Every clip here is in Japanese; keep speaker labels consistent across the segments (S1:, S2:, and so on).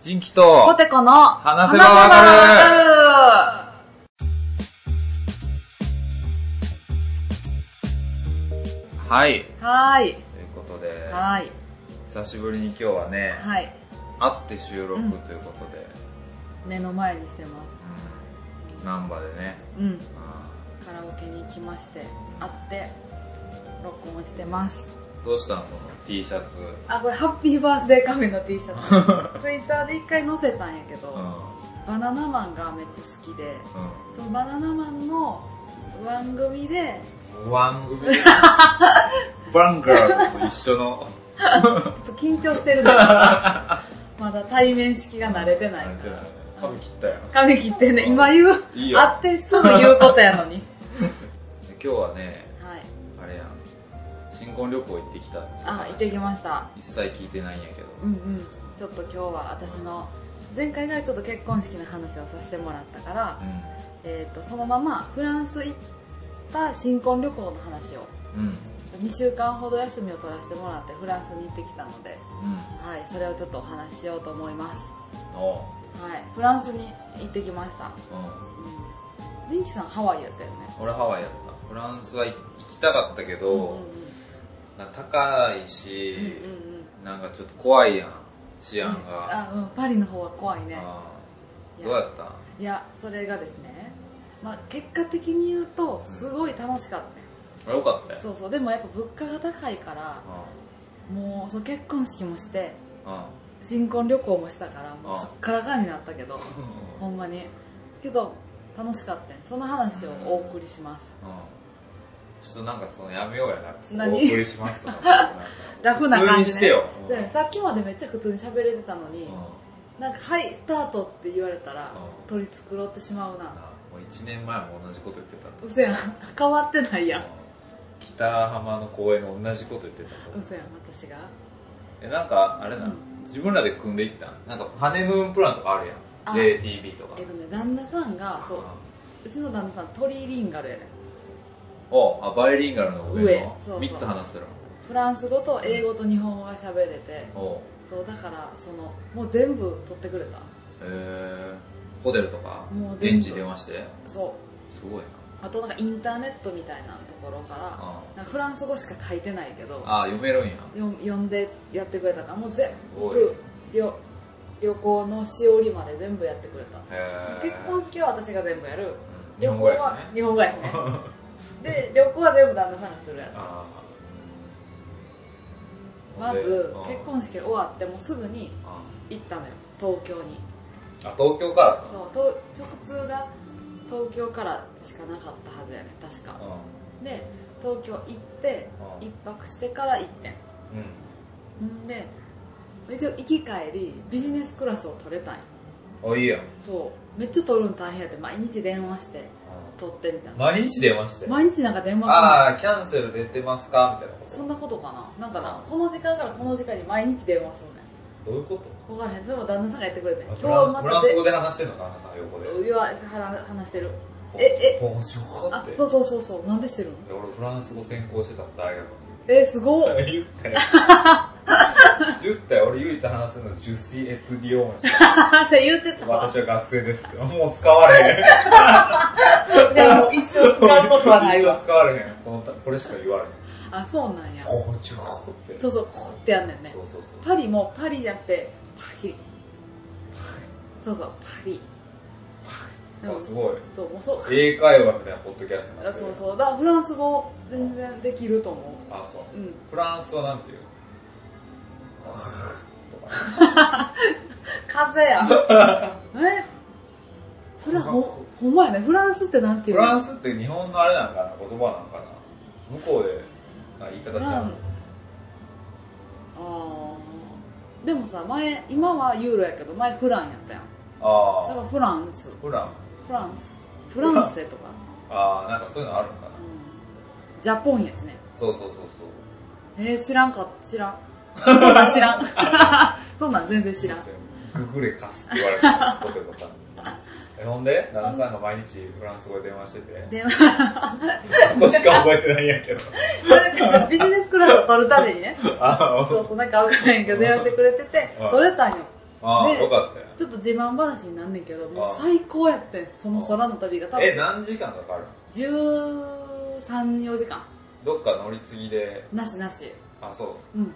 S1: 人気と、
S2: ポテコの
S1: 話せばわかる
S2: か
S1: はい。
S2: るはー
S1: とい
S2: い。
S1: うことで、
S2: はーい。
S1: 久しぶりに今日はね、
S2: はい。
S1: 会って収録ということで、
S2: 目の前にしてます。
S1: うん、ナンバでね、
S2: うん。
S1: う
S2: カラオケに行きまして、会って、録音してます。
S1: んどうしたんその T シャツ。
S2: あ、これハッピーバースデーカフェの T シ ャツ。ツイッターで一回載せたんやけど、
S1: うん、うん、
S2: バナナマンがめっちゃ好きで、そのバナナマンの番組で、
S1: 番 組バンガーと一緒の、
S2: ちょっと緊張してるのか なまだ対面式が慣れてない
S1: なん
S2: か
S1: ていうの
S2: ら。
S1: 髪切ったやん。
S2: 髪切ってね、今言う。
S1: いいよ。
S2: 会ってすぐ言うことやの に。
S1: で今日はね、
S2: はい。
S1: あれやん、新婚旅行行ってきたんですよ
S2: あ、行ってきました。
S1: 一切聞いてないんやけど。
S2: うんうん。ちょっと今日は私の、前回がちょっと結婚式の話をさせてもらったから
S1: う、ん。
S2: えっ、と、そのままフランス行った新婚旅行の話を、
S1: うん。
S2: 2週間ほど休みを取らせてもらってフランスに行ってきたので、
S1: うん。
S2: はい、それをちょっとお話ししようと思います。
S1: おう
S2: はい、フランスに行ってきました。
S1: うん。
S2: うん。リンキさんハワイやったよね。
S1: 俺ハワイやった。フランスは行きたかったけど、
S2: うんうん
S1: なんか高い
S2: うん
S1: し、
S2: うんうん。
S1: なんかちょっと怖いやん。治安が。
S2: あ、うん、パリの方は怖いね。
S1: うん
S2: い
S1: どうや
S2: や
S1: ったん
S2: いやそれがですね、まあ、結果的に言うとすごい楽しかったね、
S1: あよかったよ。
S2: そうそうでもやっぱ物価が高いからもうそう結婚式もして
S1: うん。うん。
S2: 新婚旅行もしたからもう
S1: あ
S2: すっからかんになったけどほんまにけど楽しかったねその話をお送りします
S1: うんちょっとなんかそのやめようやなちょっと
S2: 何
S1: お送りしますとかなんか
S2: ラフな感じね
S1: 普通にしてよ、うん
S2: でさっきまでめっちゃ普通に喋れてたのに、
S1: うんな
S2: なんか「はいスタート」って言われたら
S1: うん
S2: 取り繕ってしまうな
S1: もう1年前も同じこと言ってた
S2: うせやん変わってないやん
S1: うん北浜の公園で同じこと言ってた
S2: うせやん私が
S1: えなんかあれなの、
S2: う
S1: 自分らで組んでいったんなんかハネムーンプランとかあるやん
S2: あ
S1: JTB とか
S2: えっとね旦那さんがそううちの旦那さんトリリンガルやね
S1: う
S2: ん
S1: んおあバイリンガルの上
S2: 上
S1: の
S2: そうそう
S1: 3つ話する
S2: フランス語と英語と日本語が喋れて
S1: のお
S2: そうだからそのもう全部取ってくれた
S1: へえホテルとか
S2: もう全部
S1: 現地に電話して
S2: そ
S1: すごいな
S2: うあとなんかインターネットみたいなところから
S1: あ
S2: なんかフランス語しか書いてないけど
S1: あ読めるんや
S2: よ呼んでやってくれたからもう全
S1: すごい
S2: 部旅旅行のしおりまで全部やってくれた
S1: へえ
S2: 結婚式は私が全部やる
S1: うん日
S2: 旅
S1: 本
S2: 行
S1: 語やし
S2: は
S1: ね
S2: 日本語やしねで旅行は全部旦那さんがするやつ
S1: ああ
S2: まず
S1: で
S2: 結婚式終わってもうすぐに
S1: あ
S2: 行ったのよ東京に
S1: あ東京からか
S2: そうと直通が東京からしかなかったはずやね確か
S1: う
S2: で東京行って
S1: ん
S2: 一泊してから行って
S1: うん
S2: んんで一応行き帰りビジネスクラスを取れたんや
S1: うんあいいやん
S2: そうめっちゃ取るの大変やって毎日電話して取ってみたいな
S1: 毎日電話して
S2: 毎日なんか電話
S1: ああキャンセル出てますかみたいなこ
S2: するそんなことかななんかなこの時間からこの時間に毎日電話するね
S1: とどういうこと
S2: ん分からへんそれも旦那さんが言ってくれてん今日
S1: フラン
S2: ま
S1: フラ
S2: た
S1: ンス語で話してんの旦那さん横で
S2: 言わ話してるええ
S1: えボンジョー
S2: あ
S1: って
S2: そうそうそうそうなんでしてるの
S1: いや俺フランス語専攻してたの大学の
S2: えすごっ
S1: 時言ったよ言ったよ俺唯一話せるのジュシーエトゥディオンし か
S2: あそれ言ってたわ
S1: 私は学生ですってもう使われへん
S2: でも一生使うことはないわ
S1: 一生使われへん。このたこれしか言われへん。
S2: あそうなんや
S1: 包丁って。
S2: そうそうこうってやんねんね
S1: そうそうそう。
S2: パリもパリじゃなくてパリそうそうパリでも
S1: あすごい。
S2: そうもうそう
S1: 英会話みたいなポッドキャストにな
S2: あ
S1: ってる
S2: そうそうだからフランス語全然できると思
S1: あ、そう
S2: ううん
S1: う。フランスはなんていう
S2: 風や えフラほほんまやねフランスってなんてい
S1: フ
S2: うの
S1: ランスって日本のあれなんかな言葉なんかな向こうで、あ言い方ちゃうの
S2: フあーでもさ前今はユーロやけど前フランやったやんだか
S1: あ
S2: らフランス
S1: ー。フラン。
S2: フランスフランセとか、
S1: あー、なんかそういうのあるんかな。
S2: うん、ジャポンですね
S1: そうそうそうそう。
S2: えー、知らんか知らんそんなん知らん そんなん全然知らん
S1: そうそうググレカスって言われてた、ポテトさ ん。えほんで、旦那さんが毎日フランス語で電話してて、
S2: 電話
S1: ここしか覚えてないんやけど。
S2: ビジネスクラスを取るためにね
S1: あー
S2: そうそうなんか分からへんけど電話してくれてて
S1: うん
S2: 取れたんよ
S1: ああ、
S2: で
S1: よかったよ。
S2: ちょっと自慢話になんねんけど、も
S1: あ
S2: う最高やってん、その空の旅が。多
S1: え、
S2: 分
S1: 何時間かかるの
S2: 13、4時間。
S1: どっか乗り継ぎで、
S2: なしなし。
S1: あ、そう、
S2: うん。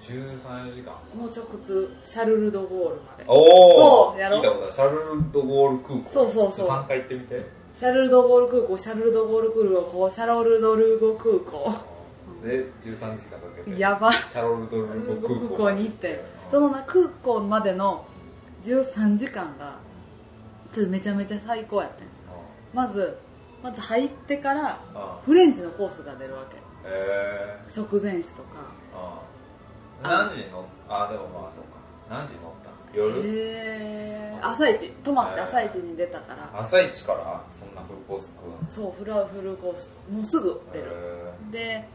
S1: 13、4時間。
S2: もう直通、シャルル・ド・ゴールまで。
S1: おお
S2: そうやろ
S1: 聞いたことある。シャルル・ド・ゴール空港。
S2: そうそうそう
S1: 3回行ってみて。
S2: シャルル・ド・ゴール空港、シャルル・ド・ゴール空港、シャロル・ド・ルゴ空港。
S1: で、13時間かけて。
S2: やば。
S1: シャロル・ド・ルゴ空港。
S2: 空港に行って、そのな空港までの13時間が、ちょっとめちゃめちゃ最高やってん。まず、まず入ってから、
S1: うん。うん。
S2: フレンチのコースが出るわけ。
S1: え
S2: 食前酒とか。
S1: ー。うん。何時に乗っあ、でもまあそうか。何時に乗ったの夜
S2: へー朝一泊まって
S1: へー
S2: 朝一に出たから、
S1: 朝一からそんなフルコース食うの
S2: そうフラフルコースもうすぐ出る、
S1: へ
S2: で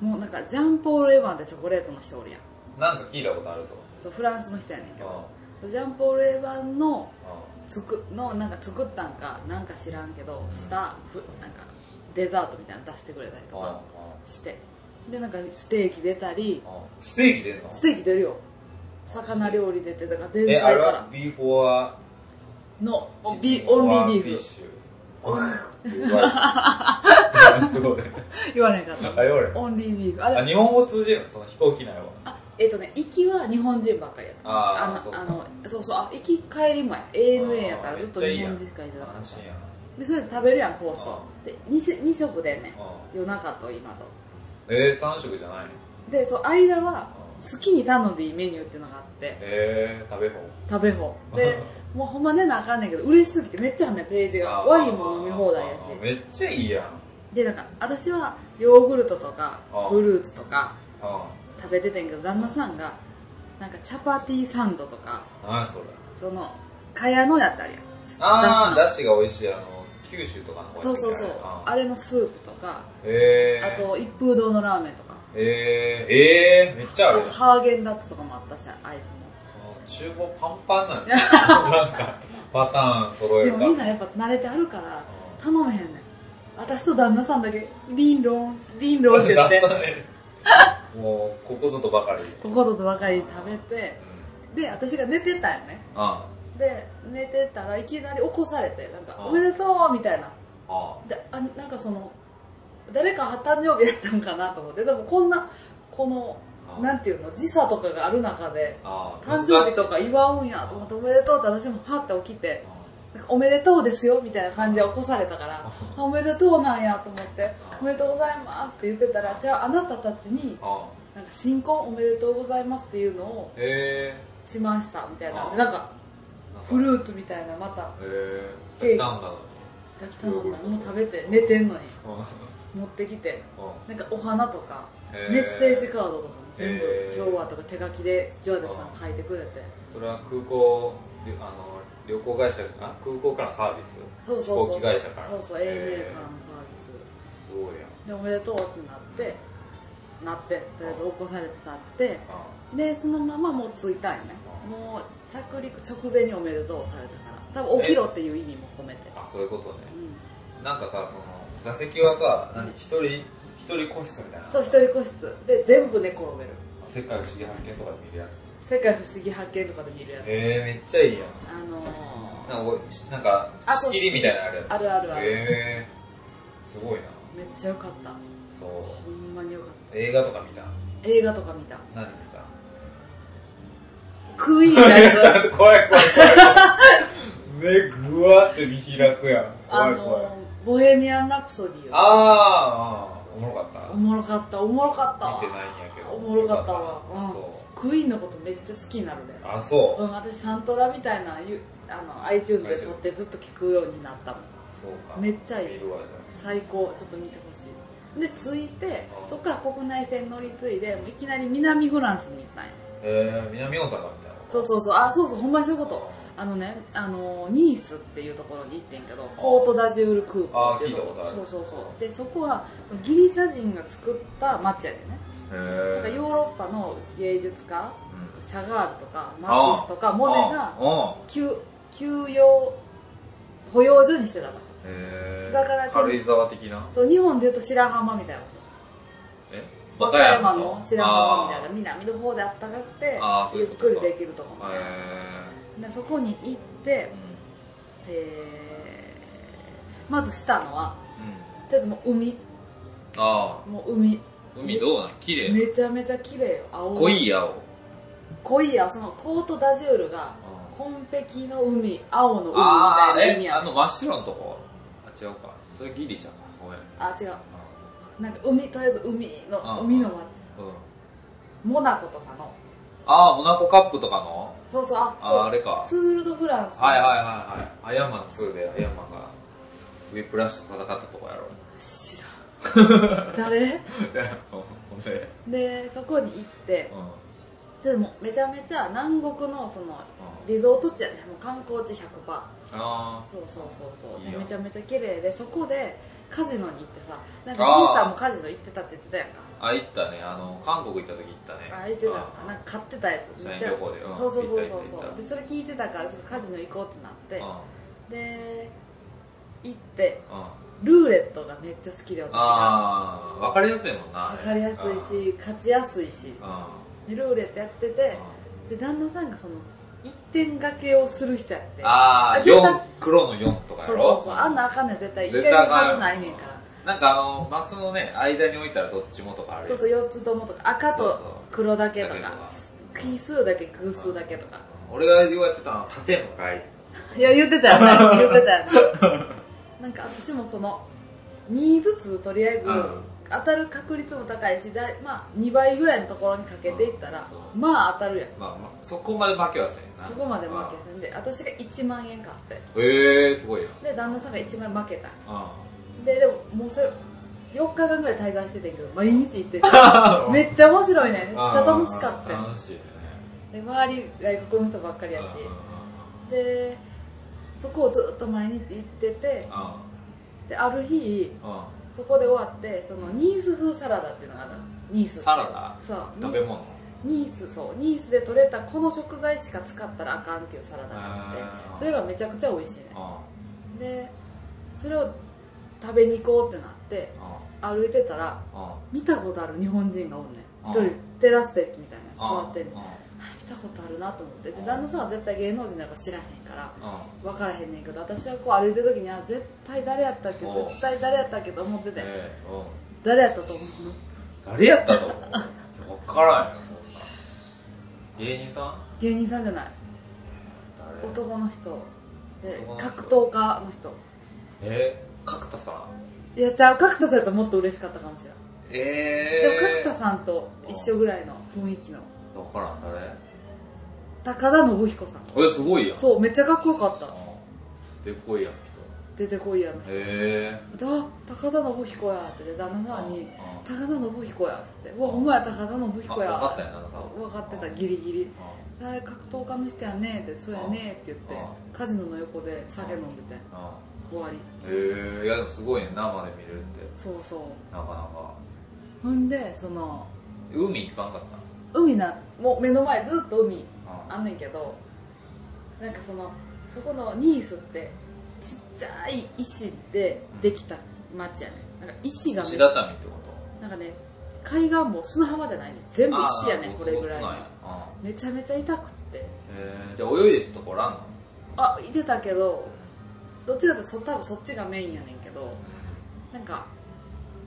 S2: もうなんかジャンポール・エヴァンってチョコレートの人おるやん
S1: ーなんか聞いたことあるぞ。
S2: そうフランスの人やねんけ
S1: うん。うん
S2: どジャンポール・エヴァンのつくのなんか作ったんかなんか知らんけどしたふなんかデザートみたいなの出してくれたりと
S1: うんうん
S2: かしてでなんかステーキ出たり
S1: うんステーキ出んの
S2: ステーキ出るよ魚料理出てだから前
S1: え、
S2: 菜
S1: あ
S2: か
S1: れは
S2: ら
S1: ビーフォア
S2: のビオンリービー
S1: フィッ
S2: フ
S1: シュ。ゴーって言われ てすごい。
S2: 言われへんかった
S1: あ、言われる
S2: オンリービーフあでも
S1: あ、日本語通じるのその飛行機内は。
S2: あえっ、とね行きは日本人ばっかりやった
S1: あー
S2: の
S1: そうか
S2: あのそうそうあ行き帰りもや ANA やか
S1: あ
S2: ら
S1: ー
S2: ずっと
S1: めっちゃいい
S2: 日
S1: やん
S2: 本人しかいてなかっ
S1: 安
S2: た
S1: 心やな。
S2: でそれで食べるやんコースを
S1: あ
S2: で 2, 二食でね
S1: うん
S2: 夜中と今と
S1: えー、3食じゃないの
S2: でそう間
S1: う
S2: は
S1: ん
S2: 好きに頼んでいいメニューっていうのがあって
S1: えー、食べ放
S2: 食べ放で もうほんまねなあかんねんけど嬉しすぎてめっちゃあんねんページが
S1: あー
S2: ワインも飲み放題や
S1: あ
S2: し
S1: ーめっちゃいいやん。
S2: でなんか私はヨーグルトとか
S1: あ
S2: フルーツとか
S1: うん。
S2: 食べててんけど旦那さんがなんかチャパティサンドとか
S1: 何それ。
S2: そのかやのやったりやん
S1: あー、
S2: だ
S1: だしが美味しい。あの、九州とかの方
S2: そうそうそう
S1: あ
S2: あれのスープとか
S1: え
S2: あ
S1: ー。
S2: と一風堂のラーメンとか
S1: えー、えー、めっちゃあ
S2: あ
S1: る
S2: と
S1: やん。そ
S2: ハーゲンダッツとかもあったしアイスも
S1: の厨房パンパンなんですよ なんか、パターン揃え
S2: で
S1: る
S2: も
S1: か
S2: みんなやっぱ慣れてあるから頼めへんねん私と旦那さんだけリンロンリンロンって言 って
S1: 出さないもう、ここぞとばか り。
S2: こことばかり食べてで私が寝てたよね
S1: うん。あ
S2: で寝てたらいきなり起こされてなんか
S1: あ
S2: 「おめでとう」みたいな
S1: あ。
S2: であなんかその誰か誕生日やったんかなと思ってでもこんなこの
S1: あ
S2: なんていうの時差とかがある中で
S1: ああ
S2: 誕生日
S1: 難
S2: と
S1: しい
S2: か祝うんやと思っておめでとうって私もはって起きてなんかおめでとうですよみたいな感じで起こされたからあおめでとうなんやと思っておめでとうございますって言ってたらじゃああなたたちに
S1: あ
S2: なんか新婚おめでとうございますっていうのを
S1: へえ
S2: しましたみたいなんで
S1: あ
S2: なんか
S1: なんか
S2: フルーツみたいなまた
S1: へ
S2: ケーキ
S1: えなんだろ
S2: さっき頼んだのも食べて寝てんのに
S1: ううんうん
S2: 持ってきてなんかお花とか
S1: へ
S2: メッセージカードとかも全部
S1: へー
S2: 今日はとか手書きでジョーダさん書いてくれて
S1: それは空港りあの旅行会社あ空港からのサービス
S2: そうそう
S1: 飛行
S2: そう
S1: 機
S2: そう
S1: 会社から
S2: そうそう ANA からのサービス
S1: すごいやん
S2: でおめでとうってなってなってとりあえず起こされてたって
S1: あ
S2: でそのままもう着いたんよね
S1: うん
S2: もう着陸直前におめでとうされたから多分起きろっていう意味も込めて
S1: あそういうことね
S2: うん
S1: なんかさその座席はさ何一人一人個室みたいな
S2: そう一人個室で全部寝転べる
S1: 世界不思議発見とかで見るやつ
S2: 世界不思議発見とかで見るやつ
S1: へえめっちゃいいやん
S2: あのー
S1: なんかおいしなんか
S2: あそう
S1: 仕切りみたいなのあるやつ
S2: あるあるある
S1: へえすごいな
S2: めっちゃ良かった
S1: そう
S2: ほんまに良かっ
S1: 映画とか見た
S2: た映画とか見た
S1: 何見た
S2: クイーンの や
S1: ち
S2: つ
S1: ゃんと怖い怖い怖い目ぐわって見開くやん怖
S2: あ
S1: い怖い、
S2: のーボヘミアン・ラプソディを
S1: あーあーおもろかった
S2: おもろかったおもろかったわ
S1: 見てないんやけど
S2: おもろかったわ
S1: よかった
S2: うん
S1: そ
S2: クイーンのことめっちゃ好きになるね
S1: うあそう
S2: う、ん私サントラみたいなゆあの iTunes で撮ってずっと聴くようになったもん
S1: そうか
S2: めっちゃいい
S1: 見るわじ
S2: 最高ちょっと見てほしいで着いて
S1: うん
S2: そっから国内線乗り継いでもういきなり南フランスに行ったんや
S1: ゃんえー、南大阪みたいな
S2: そうそうそうあそうそうほんまにそういうことあのねあのニースっていうところに行ってんけどコートダジュール空港っていうとこ
S1: あー聞いたことある
S2: そうそうそうでそこはそのギリシャ人が作った街やでね
S1: へ
S2: なんか
S1: え
S2: ヨーロッパの芸術家シャガールとかマ
S1: あー
S2: ティスとかモネが
S1: うん
S2: 休休養保養所にしてた場所
S1: へえ
S2: だから
S1: 軽井沢的な
S2: そう日本でいうと白浜みたいなこ
S1: え
S2: 和歌山の白浜みたいな南の方であったかくて
S1: あーそうい
S2: ゆっ
S1: うこと
S2: く
S1: か
S2: りできるとこみたいな、
S1: え
S2: でそこに行って
S1: ー、
S2: えーまずしたのは
S1: うん、うん、
S2: とりあえずもう海
S1: ああ
S2: もう海
S1: 海どうなん綺麗
S2: めちゃめちゃ綺麗よ青
S1: 濃い青
S2: 濃いやそのコートダジュールが紺碧の海青の海み
S1: ああ
S2: たいな意味
S1: え
S2: や
S1: あ
S2: ん
S1: の真っ白のとこあ違うかそれギリシャかごめん
S2: あ違うなんか海とりあえず海
S1: あ
S2: の海の街
S1: うん
S2: モナコとかの
S1: ああモナコカップとかの
S2: そうそうあ
S1: あ
S2: そう
S1: あれか
S2: ツール・ド・フランスの
S1: はいはいはいはいアイアンマン2でアイアンマンがウィップラッシュと戦ったとこやろ
S2: 知らん誰
S1: ほんで
S2: でそこに行って
S1: うんうん
S2: でもめちゃめちゃ南国のそのリゾート地やねもう観光地100%
S1: あ
S2: そうそうそうそう
S1: いい
S2: で
S1: やん
S2: めちゃめちゃ綺麗でそこでカジノに行ってさなん
S1: あ
S2: か
S1: ー
S2: 金さんもカジノ行ってたって言ってたやんか
S1: ああ行ったねあの韓国行った時行ったね
S2: あ行ってたのか
S1: あ
S2: なんか買ってたやつ
S1: 社員旅行でうん
S2: そうそうそうそう
S1: 行った行った行
S2: そ
S1: っ
S2: う
S1: た
S2: でそれ聞いてたからちょっとカジノ行こうって
S1: うん
S2: なってで行って
S1: うん
S2: ルーレットがめっちゃ好きで私が
S1: ああ分かりやすいもんな
S2: 分かりやすいし勝ちやすいし
S1: うんうん
S2: でルーレットやっててで旦那さんがその一点掛けをする人やって
S1: ああ
S2: あ絶対
S1: 4黒の4とかや
S2: そう
S1: ろ
S2: そうそうあんなあかんねん絶対一
S1: 絶
S2: 回
S1: 対
S2: も
S1: あかん
S2: はずないねんから
S1: なんかあのマスのね間に置いたらどっちもとかある
S2: そう
S1: よ
S2: そう4つともとか赤
S1: そう
S2: と
S1: そう
S2: 黒だけと
S1: だけと
S2: か
S1: か
S2: 奇数だけ偶数だけとか
S1: 俺がようやってたのは縦の回
S2: いや言ってたよね言ってたよねなんか私もその2ずつとりあえず
S1: うん
S2: 当たる確率も高いしだい、まあ、2倍ぐらいのところにかけていったら
S1: うんそう
S2: まあ当たるやん
S1: まあまあそこまで負けはせんな
S2: そこまで負けてんで私が1万円買って
S1: けへえー、す ごいな
S2: で旦那さんが1万円負けた
S1: う
S2: ででももうそれ4日間ぐらい滞在しててんけど毎日行ってて
S1: ん
S2: め
S1: ち
S2: っちゃ面白いねめっちゃ楽しかったよ
S1: 楽しいね
S2: で周り外国の人ばっかりやしでそこをずっと毎日行ってて
S1: うんうん
S2: である日
S1: うんうん
S2: そこで終わってそのニース風サラダっていうのがあったのニース
S1: サラダ
S2: そう
S1: 食べ物
S2: ニースそうニースで取れたこの食材しか使ったらあかんっていうサラダがあってそれがめちゃくちゃ美味しいね
S1: うんうん
S2: でそれを食べに行こうってなって歩いてたら
S1: うん
S2: 見たことある日本人がおんね
S1: あ
S2: ん一人テラス席みたいなの座ってん
S1: うん
S2: の
S1: うん
S2: 見たことあるなと思ってで旦那さんは絶対芸能人だから知らへんから
S1: う
S2: 分からへんねんけど私はこう歩いてる時にあ絶対誰やったっけ
S1: おう
S2: 絶対誰やったっけと思ってて
S1: んええうん
S2: 誰やったと思うの
S1: 誰やったと思う分からんよそんな芸人さん
S2: 芸人さんじゃない
S1: 誰
S2: 男の人で
S1: 男の人
S2: 格闘家の人
S1: え角田さん
S2: いやちゃう角田さんやったらもっと嬉しかったかもしれない、
S1: ええ
S2: でも角田さんと一緒ぐらいの雰囲気の
S1: ん分からん誰
S2: 高田信彦さん
S1: えすごいやん
S2: そうめっちゃかっこよかった
S1: でこいやん
S2: 出てこいやの
S1: 人
S2: 人
S1: へえ
S2: であ高田信彦やってで旦那さんに
S1: あ
S2: 高田信彦やって「うわお前高田信
S1: あ
S2: 彦
S1: 分
S2: や」
S1: かったんやなさ
S2: 分かってたギリギリ
S1: あ
S2: 「あれ格闘家の人やね」って「そうやね」って言って
S1: あ
S2: カジノの横で酒飲んでて
S1: あ
S2: 終わり
S1: へえいやでもすごいね生で見れるって
S2: そうそう
S1: なかなか
S2: ほんでその
S1: 海行かんかっ
S2: 海なもう目の前ずっと海
S1: たあ
S2: あんねんけどなんかそのそこのニースってちっちゃい石でできた町やねんなんか石がめ
S1: 石畳ってこと
S2: なんかね海岸も砂浜じゃないねん全部石やねん
S1: あー
S2: これぐらいの
S1: ゴツゴツなんやあ
S2: めちゃめちゃ痛くって
S1: ーへえじゃあ泳いでるとこおらんの
S2: あいてたけどどっちかってそ多分そっちがメインやねんけどなんか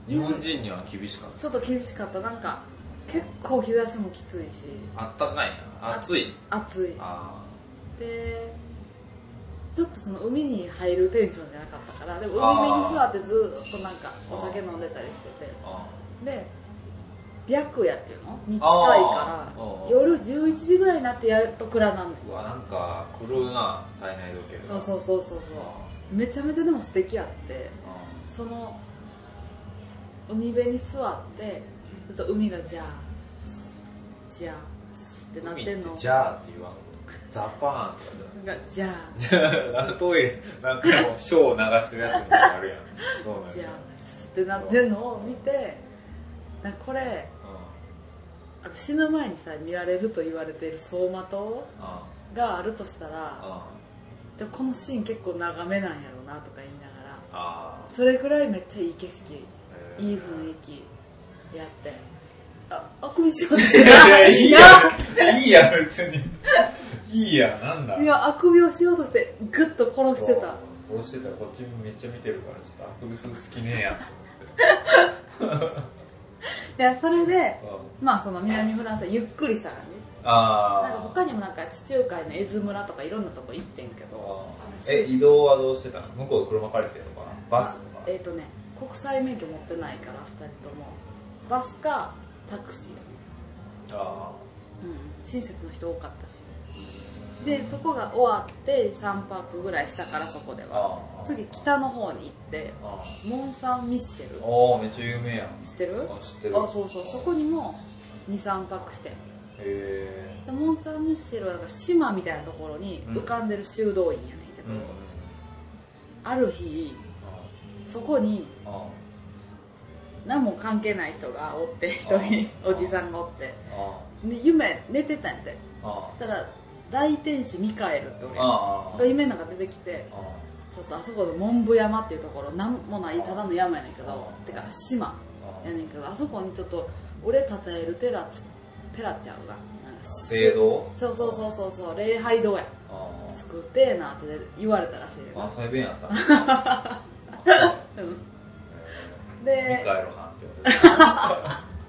S1: 日本人には厳しかっ
S2: ちょっと厳しかったなんか
S1: た
S2: 結構日差しもきついし
S1: あったかいな暑い
S2: 暑い
S1: あ
S2: でちょっとその海に入るテンションじゃなかったからでも海辺に座ってずーっとなんかお酒飲んでたりしてて
S1: ーあ
S2: で白夜っていうのに近い
S1: あ
S2: か
S1: ーあ
S2: ら
S1: ー
S2: 夜11時ぐらいになってやっと暗なんね
S1: ーうわなんか狂うな体内時計
S2: んそうそううそうそうそうめちゃめちゃでも素敵やってその海辺に座ってずっと海がジャージャーってなってんの
S1: じゃあって言わんザパーンとか
S2: なんかジャー
S1: じゃ ああのトイレなんかもうショーを流してるやつみたいなのあるやんそうなん
S2: ジャー
S1: や
S2: ってなってんのを見てなんかこれ
S1: うん
S2: あの死ぬ前にさ見られると言われている走馬灯
S1: あ
S2: があるとした
S1: ー
S2: ら
S1: あ
S2: でもこのシーン結構眺めなんやろうなとか言いながら
S1: ーあ
S2: それぐらいめっちゃいい景色
S1: ーへー
S2: いい雰囲気やってあ、あ、こんにち は。
S1: いやいや、いいやん、いいやん、別に。いいやん、なんだ。
S2: いや、あくびをしようとして、ぐっと殺してた。
S1: そう。殺してた、こっちめっちゃ見てるから、ちょっとあくびする好きねえや んと
S2: いや、それで、
S1: 思って。
S2: まあ、その南フランスはゆっくりしたからね。なんか
S1: あー。
S2: 他にもなんか地中海の絵津村とかいろんなとこ行ってんけど、
S1: あーえ、移動はどうしてたの向こうで車借りてるのかなバスとか。
S2: えっ、とね、国際免許持ってないから、二人とも。バスかタクシーやね。
S1: あ
S2: うん。親切の人多かったし。で、そこが終わって、3パークぐらいしたから、そこで
S1: ー
S2: は。
S1: あー。
S2: 次、北の方に行って、
S1: あ
S2: モン・サン・ミッシェル
S1: ー。おー、めっちゃ有名やん。
S2: 知ってる
S1: あ、知ってる。
S2: あそうそうそこにも23泊して
S1: へ
S2: でモン・サン・ミッシェルはなんか島みたいなところに浮かんでる修道院やねんけ
S1: ー
S2: ど、
S1: うん。
S2: ある日そこに
S1: あーあ
S2: 何も関係ない人がおって一人
S1: あ
S2: おじさんがおって
S1: ーあ
S2: で夢寝てたんやて
S1: ーあ
S2: そしたら大天使ミカエルって
S1: ー
S2: 俺が
S1: あー
S2: 夢の中出てきて
S1: あー
S2: ちょっとあそこの文部山っていうところなんもないただの山やねんけど
S1: あ
S2: てか
S1: あ
S2: 島やねんけどあそこにちょっと俺たたえる寺つ寺ちゃうななんかし
S1: 聖堂
S2: そうそうそうそうそう礼拝堂や
S1: あー
S2: 作ってえなって言われたらしいよ
S1: あ
S2: な、
S1: そういう便や ったんだあ
S2: う
S1: そ
S2: ん、
S1: うミ
S2: で
S1: カエルハンって呼んで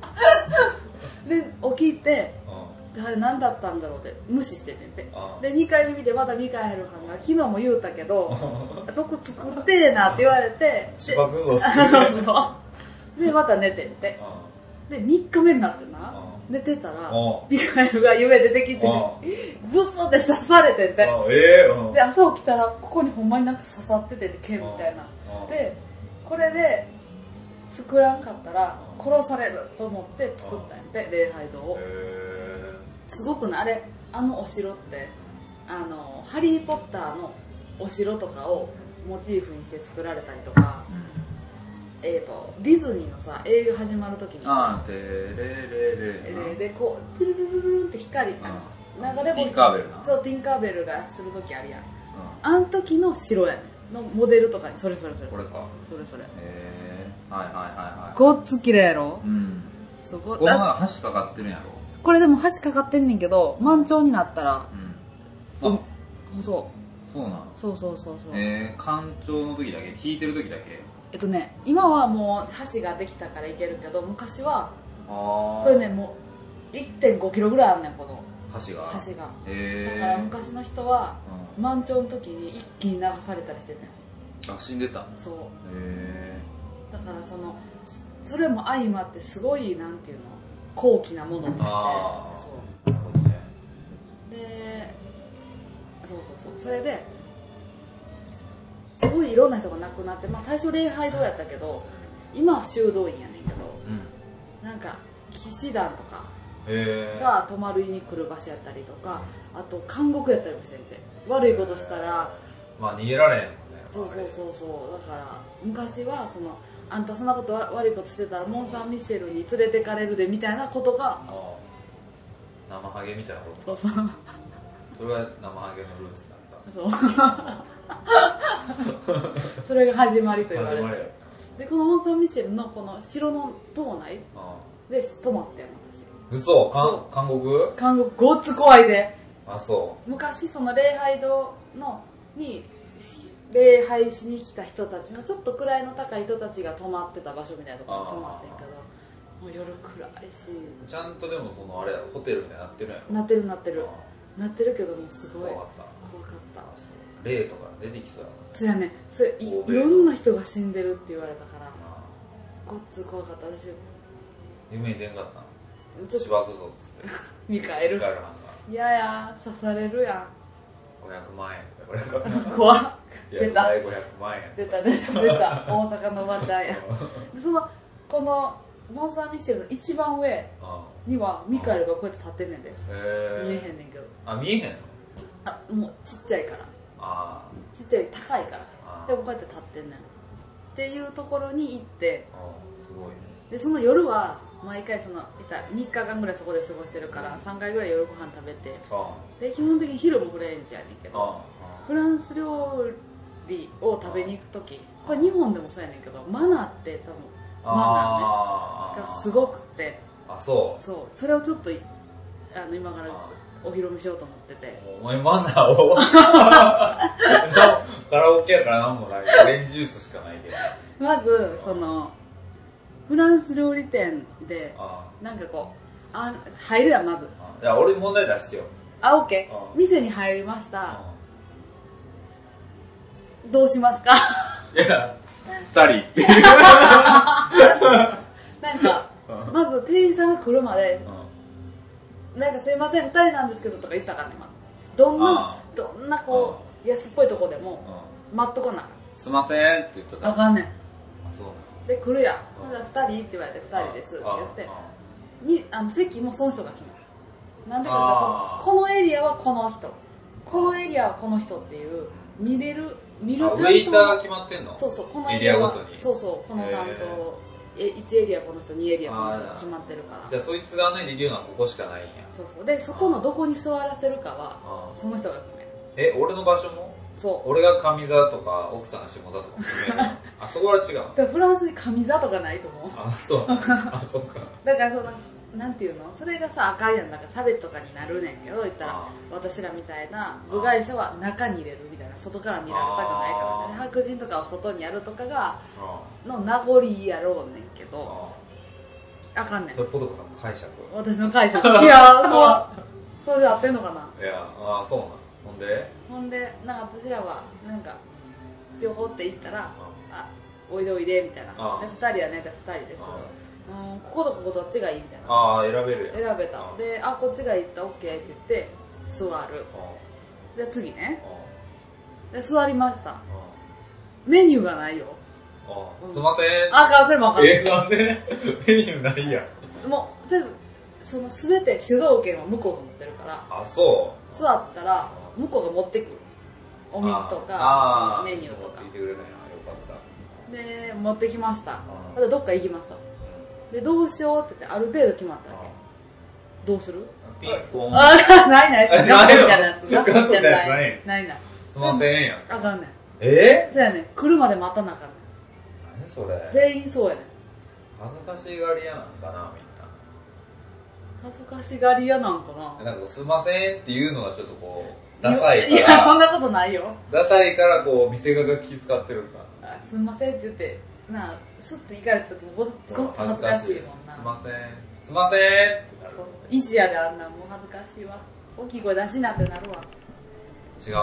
S2: で起きて
S1: たうん
S2: であれ何だったんだろうって無視しててんて
S1: あ
S2: で2回目見てまだミカエルさんが昨日も言うたけ どそこ作ってえなって言われて
S1: し
S2: で
S1: ばくぞ
S2: そうでまた寝てんてで3日目になってな寝てたら
S1: う
S2: ミカエルが夢出てきてブスって刺されてんて
S1: ええうん
S2: で朝起きたらここにほんまになんか刺さってて剣みたいな
S1: うん
S2: でこれで作らんかったら殺されると思って作ったんやで礼拝堂を
S1: へ
S2: すごくねあれあのお城ってあの「ハリー・ポッター」のお城とかをモチーフにして作られたりとか、えー、とディズニーのさ映画始まる時に
S1: ーあー
S2: さ
S1: てれれれ
S2: え
S1: な
S2: ーでこうチュルルルルルンって光あの流れ
S1: ティ
S2: 星
S1: ンカーベルな
S2: そうティンカーベルがする時あるやん
S1: う
S2: あん時の城やねんのモデルとかにそれそれそれ
S1: んこれか
S2: それそれ
S1: ええはいはいはいはい
S2: ごっつ綺麗やろ
S1: うん
S2: そこ
S1: この前箸かかってるんやろ
S2: これでも箸かかってんねんけど満潮になったら
S1: う
S2: うんん
S1: あ
S2: そ
S1: そうなの
S2: うそうそうそうそうえ
S1: えー、干潮の時だけ引いてる時だけ
S2: っとね今はもう箸ができたからいけるけど昔は
S1: ああ
S2: これねもう1 5キロぐらいあんねんこの
S1: 箸が
S2: 箸が
S1: へ
S2: だ
S1: え
S2: から昔の人は満潮の時に一気に流されたりしててん
S1: うん、あ死んでたへ
S2: そ
S1: え
S2: うだからそのそそれも相まってすごいなんていうの高貴なものとして
S1: あー
S2: そう
S1: なるほどね
S2: でそうそうそうそれですすごいいろんな人が亡くなって、まあ、最初礼拝堂やったけど今は修道院やねんけど
S1: うんへ
S2: なんか騎士団とか
S1: え
S2: が泊まるに来る場所やったりとかあと監獄やったりもしてんて悪いことしたら
S1: まあ逃げられへんもんね
S2: そうそうそうそうだから昔はそのあんたそんなことわ悪いことしてたらモン・サン・ミシェルに連れてかれるでみたいなことが
S1: ああ生ハゲみたいなこ
S2: そうそう
S1: とそれが生ハゲのルーツだっ
S2: そうそれが始まりと
S1: た
S2: 言われ
S1: 始
S2: て
S1: まりやよ
S2: でこのモン・サン・ミシェルのこの城の島内
S1: ああ
S2: で泊まってん私
S1: 嘘か
S2: そ
S1: ん韓国
S2: 韓国ごっつ怖いで
S1: あそ
S2: 昔その礼拝堂のに礼拝しに来た人たちのちょっと位の高い人たちが泊まってた場所みたいなところに泊まってんけどもう夜暗いし
S1: うちゃんとでもそのあれやホテルみたいになってるんやろ
S2: なってるなってる
S1: あ
S2: なってるけどもうす
S1: あ
S2: ごい
S1: 怖かった
S2: 怖かった
S1: あそう霊とか出てきそうや
S2: そうやねそれいい
S1: 欧米の
S2: ろんな人が死んでるって言われたから
S1: なああ
S2: ごっつ怖かった私
S1: 夢に出んかったな
S2: ちょっ
S1: し
S2: と
S1: ばくぞっつって
S2: 見返る
S1: ガルハンが
S2: いやや刺されるやん
S1: 500万円とか言われた
S2: 怖っ 出た
S1: 第500万円
S2: 出た出た出た大阪のおばちゃんやでそのこのモンスターミシェルの一番上
S1: うん
S2: にはミカエルがこうやって立ってんねんで
S1: へ
S2: 見え
S1: え
S2: へんねんけど
S1: あ見えへんの
S2: あもうちっちゃいから
S1: あ
S2: ちっちゃい高いから
S1: あー
S2: でもこうやって立ってんねんっていうところに行って
S1: あうんすごいね
S2: でその夜は毎回そのいた3日間ぐらいそこで過ごしてるから3回ぐらい夜ご飯食べて
S1: あ
S2: で基本的に昼もフレンチやねんけど
S1: あ
S2: フランス料理を食べに行く時これ日本でもそうやねんけどマナーって多分
S1: ああ
S2: がすごくて
S1: あそう
S2: そうそれをちょっといあの今からお披露目しようと思ってて
S1: もうお前マナー をカラオケやからなんもないレンジ術しかないけど
S2: まずそのフランス料理店で
S1: あ
S2: なんかこうあ入るやんまず
S1: あじゃあ俺問題出してよ
S2: あオッケ
S1: あ
S2: ー店に入りまし
S1: う
S2: た
S1: ん
S2: どうしますか
S1: いや2人
S2: なんか
S1: うん
S2: まず店員さんが来るまで
S1: うん
S2: なんかすいません、二人なんですけどとか言ったからね、まず。どんな
S1: あ、
S2: どんなこう、安っぽいとこでも、
S1: う
S2: 待っとこな。
S1: んすいませんって言ったら
S2: あかんねん。
S1: あそう
S2: で、来るやん。
S1: うん
S2: ほんじゃ二人って言われて、二人ですって言って
S1: あ、
S2: み、あの、席もその人が決める。なんでか
S1: あ
S2: っ
S1: ー
S2: ていうと、このエリアはこの人。このエリアはこの人っていう、見れる、見
S1: あ
S2: る
S1: あウェイターが決まってんの
S2: そうそう、このエリアは
S1: エリアごと、に
S2: そうそう、この担当、え1エリアこの人、2エリアこの人って決まってるか
S1: じ
S2: ら。
S1: ゃあそいつが案内できるのはここしかないんや
S2: そうそう。で、そこのどこに座らせるかは、
S1: あ
S2: その人が決め
S1: え
S2: る。
S1: 俺の場所も
S2: そう。
S1: 俺が上座とか奥さんが下座とかも決めるの あそこは違う
S2: でもフランスに神座とかないと思う
S1: あそう あそうか
S2: だからそのなんていうのそれがさ赤いやんだから差別とかになるねんけど言ったら
S1: あ
S2: 私らみたいな部外者は中に入れるみたいな外から見られたくないからみたいな白人とかを外にやるとかが
S1: あ
S2: の名残やろうねんけど
S1: あ
S2: あかんねん
S1: それポトコさんの解釈
S2: 私の解釈 いやそうそれで合ってんのかない
S1: やあそうなんほんで
S2: ほんでなんか私らはなんかピョコって行ったら
S1: あ
S2: 「あおいでおいで」みたいな
S1: あ
S2: 「で2人だね」で2人です
S1: あ
S2: 「うんこことここどっちがいい?」みたいな
S1: あ選べるやん
S2: 選べた
S1: あ
S2: であこっちが行った OK って言って座る
S1: あ
S2: で次ね
S1: あ
S2: で座りました
S1: あ
S2: メニューがないよ
S1: あ
S2: うん
S1: すいません
S2: あかんそれもあかん
S1: えなんで メニューないやん
S2: もうでその全て主導権は向こうが持ってるから
S1: あそう
S2: 座ったら向こうが持ってくるお水と
S1: あ
S2: か
S1: あ
S2: メニューとか
S1: 聞いてくれないなよかった
S2: で持ってきました
S1: あ
S2: またどっか行きましたでどうしようって言ってある程度決まったわけ
S1: あ
S2: どうする
S1: ピンポン
S2: ああない ない
S1: え
S2: ガ
S1: な
S2: ス
S1: い
S2: み
S1: の
S2: たいなやつ ガスみたいなやつないないない
S1: すいませんやん
S2: あかんねん
S1: え
S2: そうやねん来るまで待たなあかんねん
S1: 何それ
S2: 全員そうやねん
S1: 恥ずかしがり屋なんかなみんな
S2: 恥ずかしがり屋なんかな
S1: なんかこうすいませんっていうのがちょっとこう、ダサいか
S2: いや、そん
S1: ら、
S2: なことないよ。
S1: ダサいからこう、店側が気遣ってるか
S2: あすんませんって言って、なあ、スッて行かれた時もごっつ
S1: ら。
S2: ごっつ恥ずかしいもんな。
S1: すい
S2: そう
S1: ません。すいませんってなる
S2: そう。一夜であんなもう恥ずかしいわ。大きい声出しなってなるわ。
S1: 違う。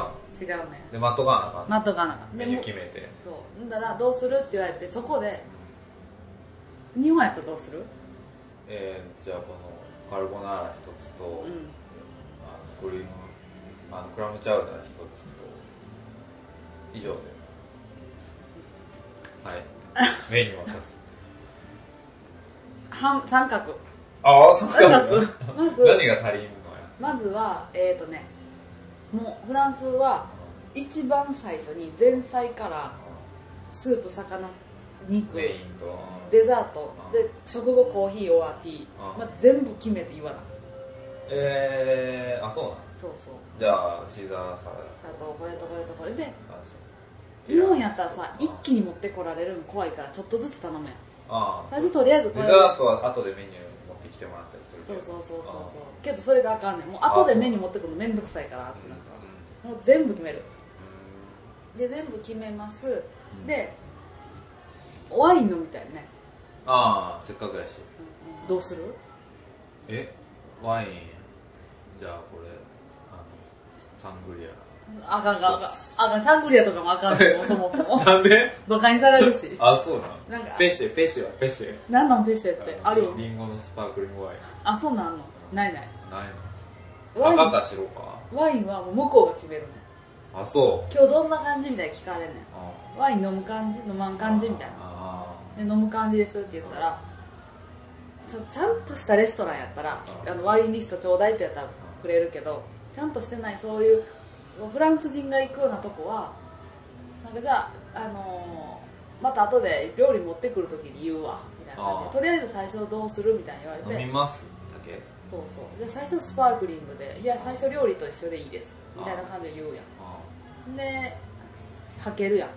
S2: 違うね。
S1: で、待っとかなあかんの。
S2: 待っとかなあかん。
S1: メ
S2: で
S1: ニュー
S2: もう、
S1: 決めて。
S2: そう。んだら、どうするって言われて、そこで、日本やったらどうする
S1: えー、じゃあこの、カルボナーラ一つ
S2: う
S1: と、
S2: ん。
S1: あの、クリーム、あの、クラムチャウダー一つと、以上で。はい。メニュー渡す。
S2: 半、三角。
S1: あ あ、そう
S2: 三
S1: か
S2: 角。まず、
S1: 何が足りんのや。
S2: まずは、えーとね、もう、フランスは、一番最初に前菜から、スープ、魚、肉、
S1: メインと、
S2: デザート
S1: あ、
S2: で食後コーヒー、オアティー
S1: あ、
S2: まあ、全部決めて言わな。
S1: えー、あ、そうなん
S2: そうそう。
S1: じゃあ、シーザーサラ
S2: あと、これとこれとこれで、
S1: ダ。あ
S2: 日本やったらさ、一気
S1: に。
S2: に持ってこられるの怖いから、ちょっとずつ頼むやん。
S1: ああ
S2: 最初とりあえずこ
S1: デ
S2: れ。
S1: ザートは後でメニュー持ってきてもらったりするけ
S2: そう
S1: ど。
S2: そうそう
S1: あ
S2: そうそう。けどそれがあかんねん。もう後でメニュー持ってくるのめんどくさいから、あっちの人は。もう全部決める。で、全部決めます。
S1: うん、
S2: で、ワイン飲みたいね。
S1: ああ、せっかくやし。
S2: うんうんどうする
S1: え、ワイン、じゃあこれ、あの、サングリ
S2: あかんあかんあかん。あかん、サングリアとかもあかんし、もうそもそ
S1: ア。
S2: も。
S1: なんで
S2: バカにされるし。
S1: あ、そうなの
S2: なんか、
S1: ペシェ、ペシェはペシェ。
S2: なんなんペシェってある
S1: リンゴのスパークリングワイン。
S2: あ、そうなんあんのないない。
S1: ないの
S2: ワイ
S1: 赤
S2: ン
S1: か白か
S2: ワインはもう向こうが決めるねん。
S1: あ、そう。
S2: 今日どんな感じみたいに聞かれんね
S1: あ
S2: ん。ワイン飲む感じ飲まん感じみたいな。
S1: あ
S2: で、飲む感じですって言ったら、そうちゃんとしたレストランやったら、
S1: あ
S2: あのワインリストちょうだいってやったらくれるけど、ちゃんとしてないそういう、フランス人が行くようなとこは、なんかじゃあ、あのーまた後で料理持ってくるときに言うわ、みたいな感じ
S1: あ
S2: で、とりあえず最初どうするみたいに言われ
S1: ー
S2: て、
S1: 飲みますだけ
S2: そうそうじゃあ最初スパークリングでいや最初料理と一緒でいいですみたいな感じで言うや
S1: あ
S2: んでかけるやん、
S1: ー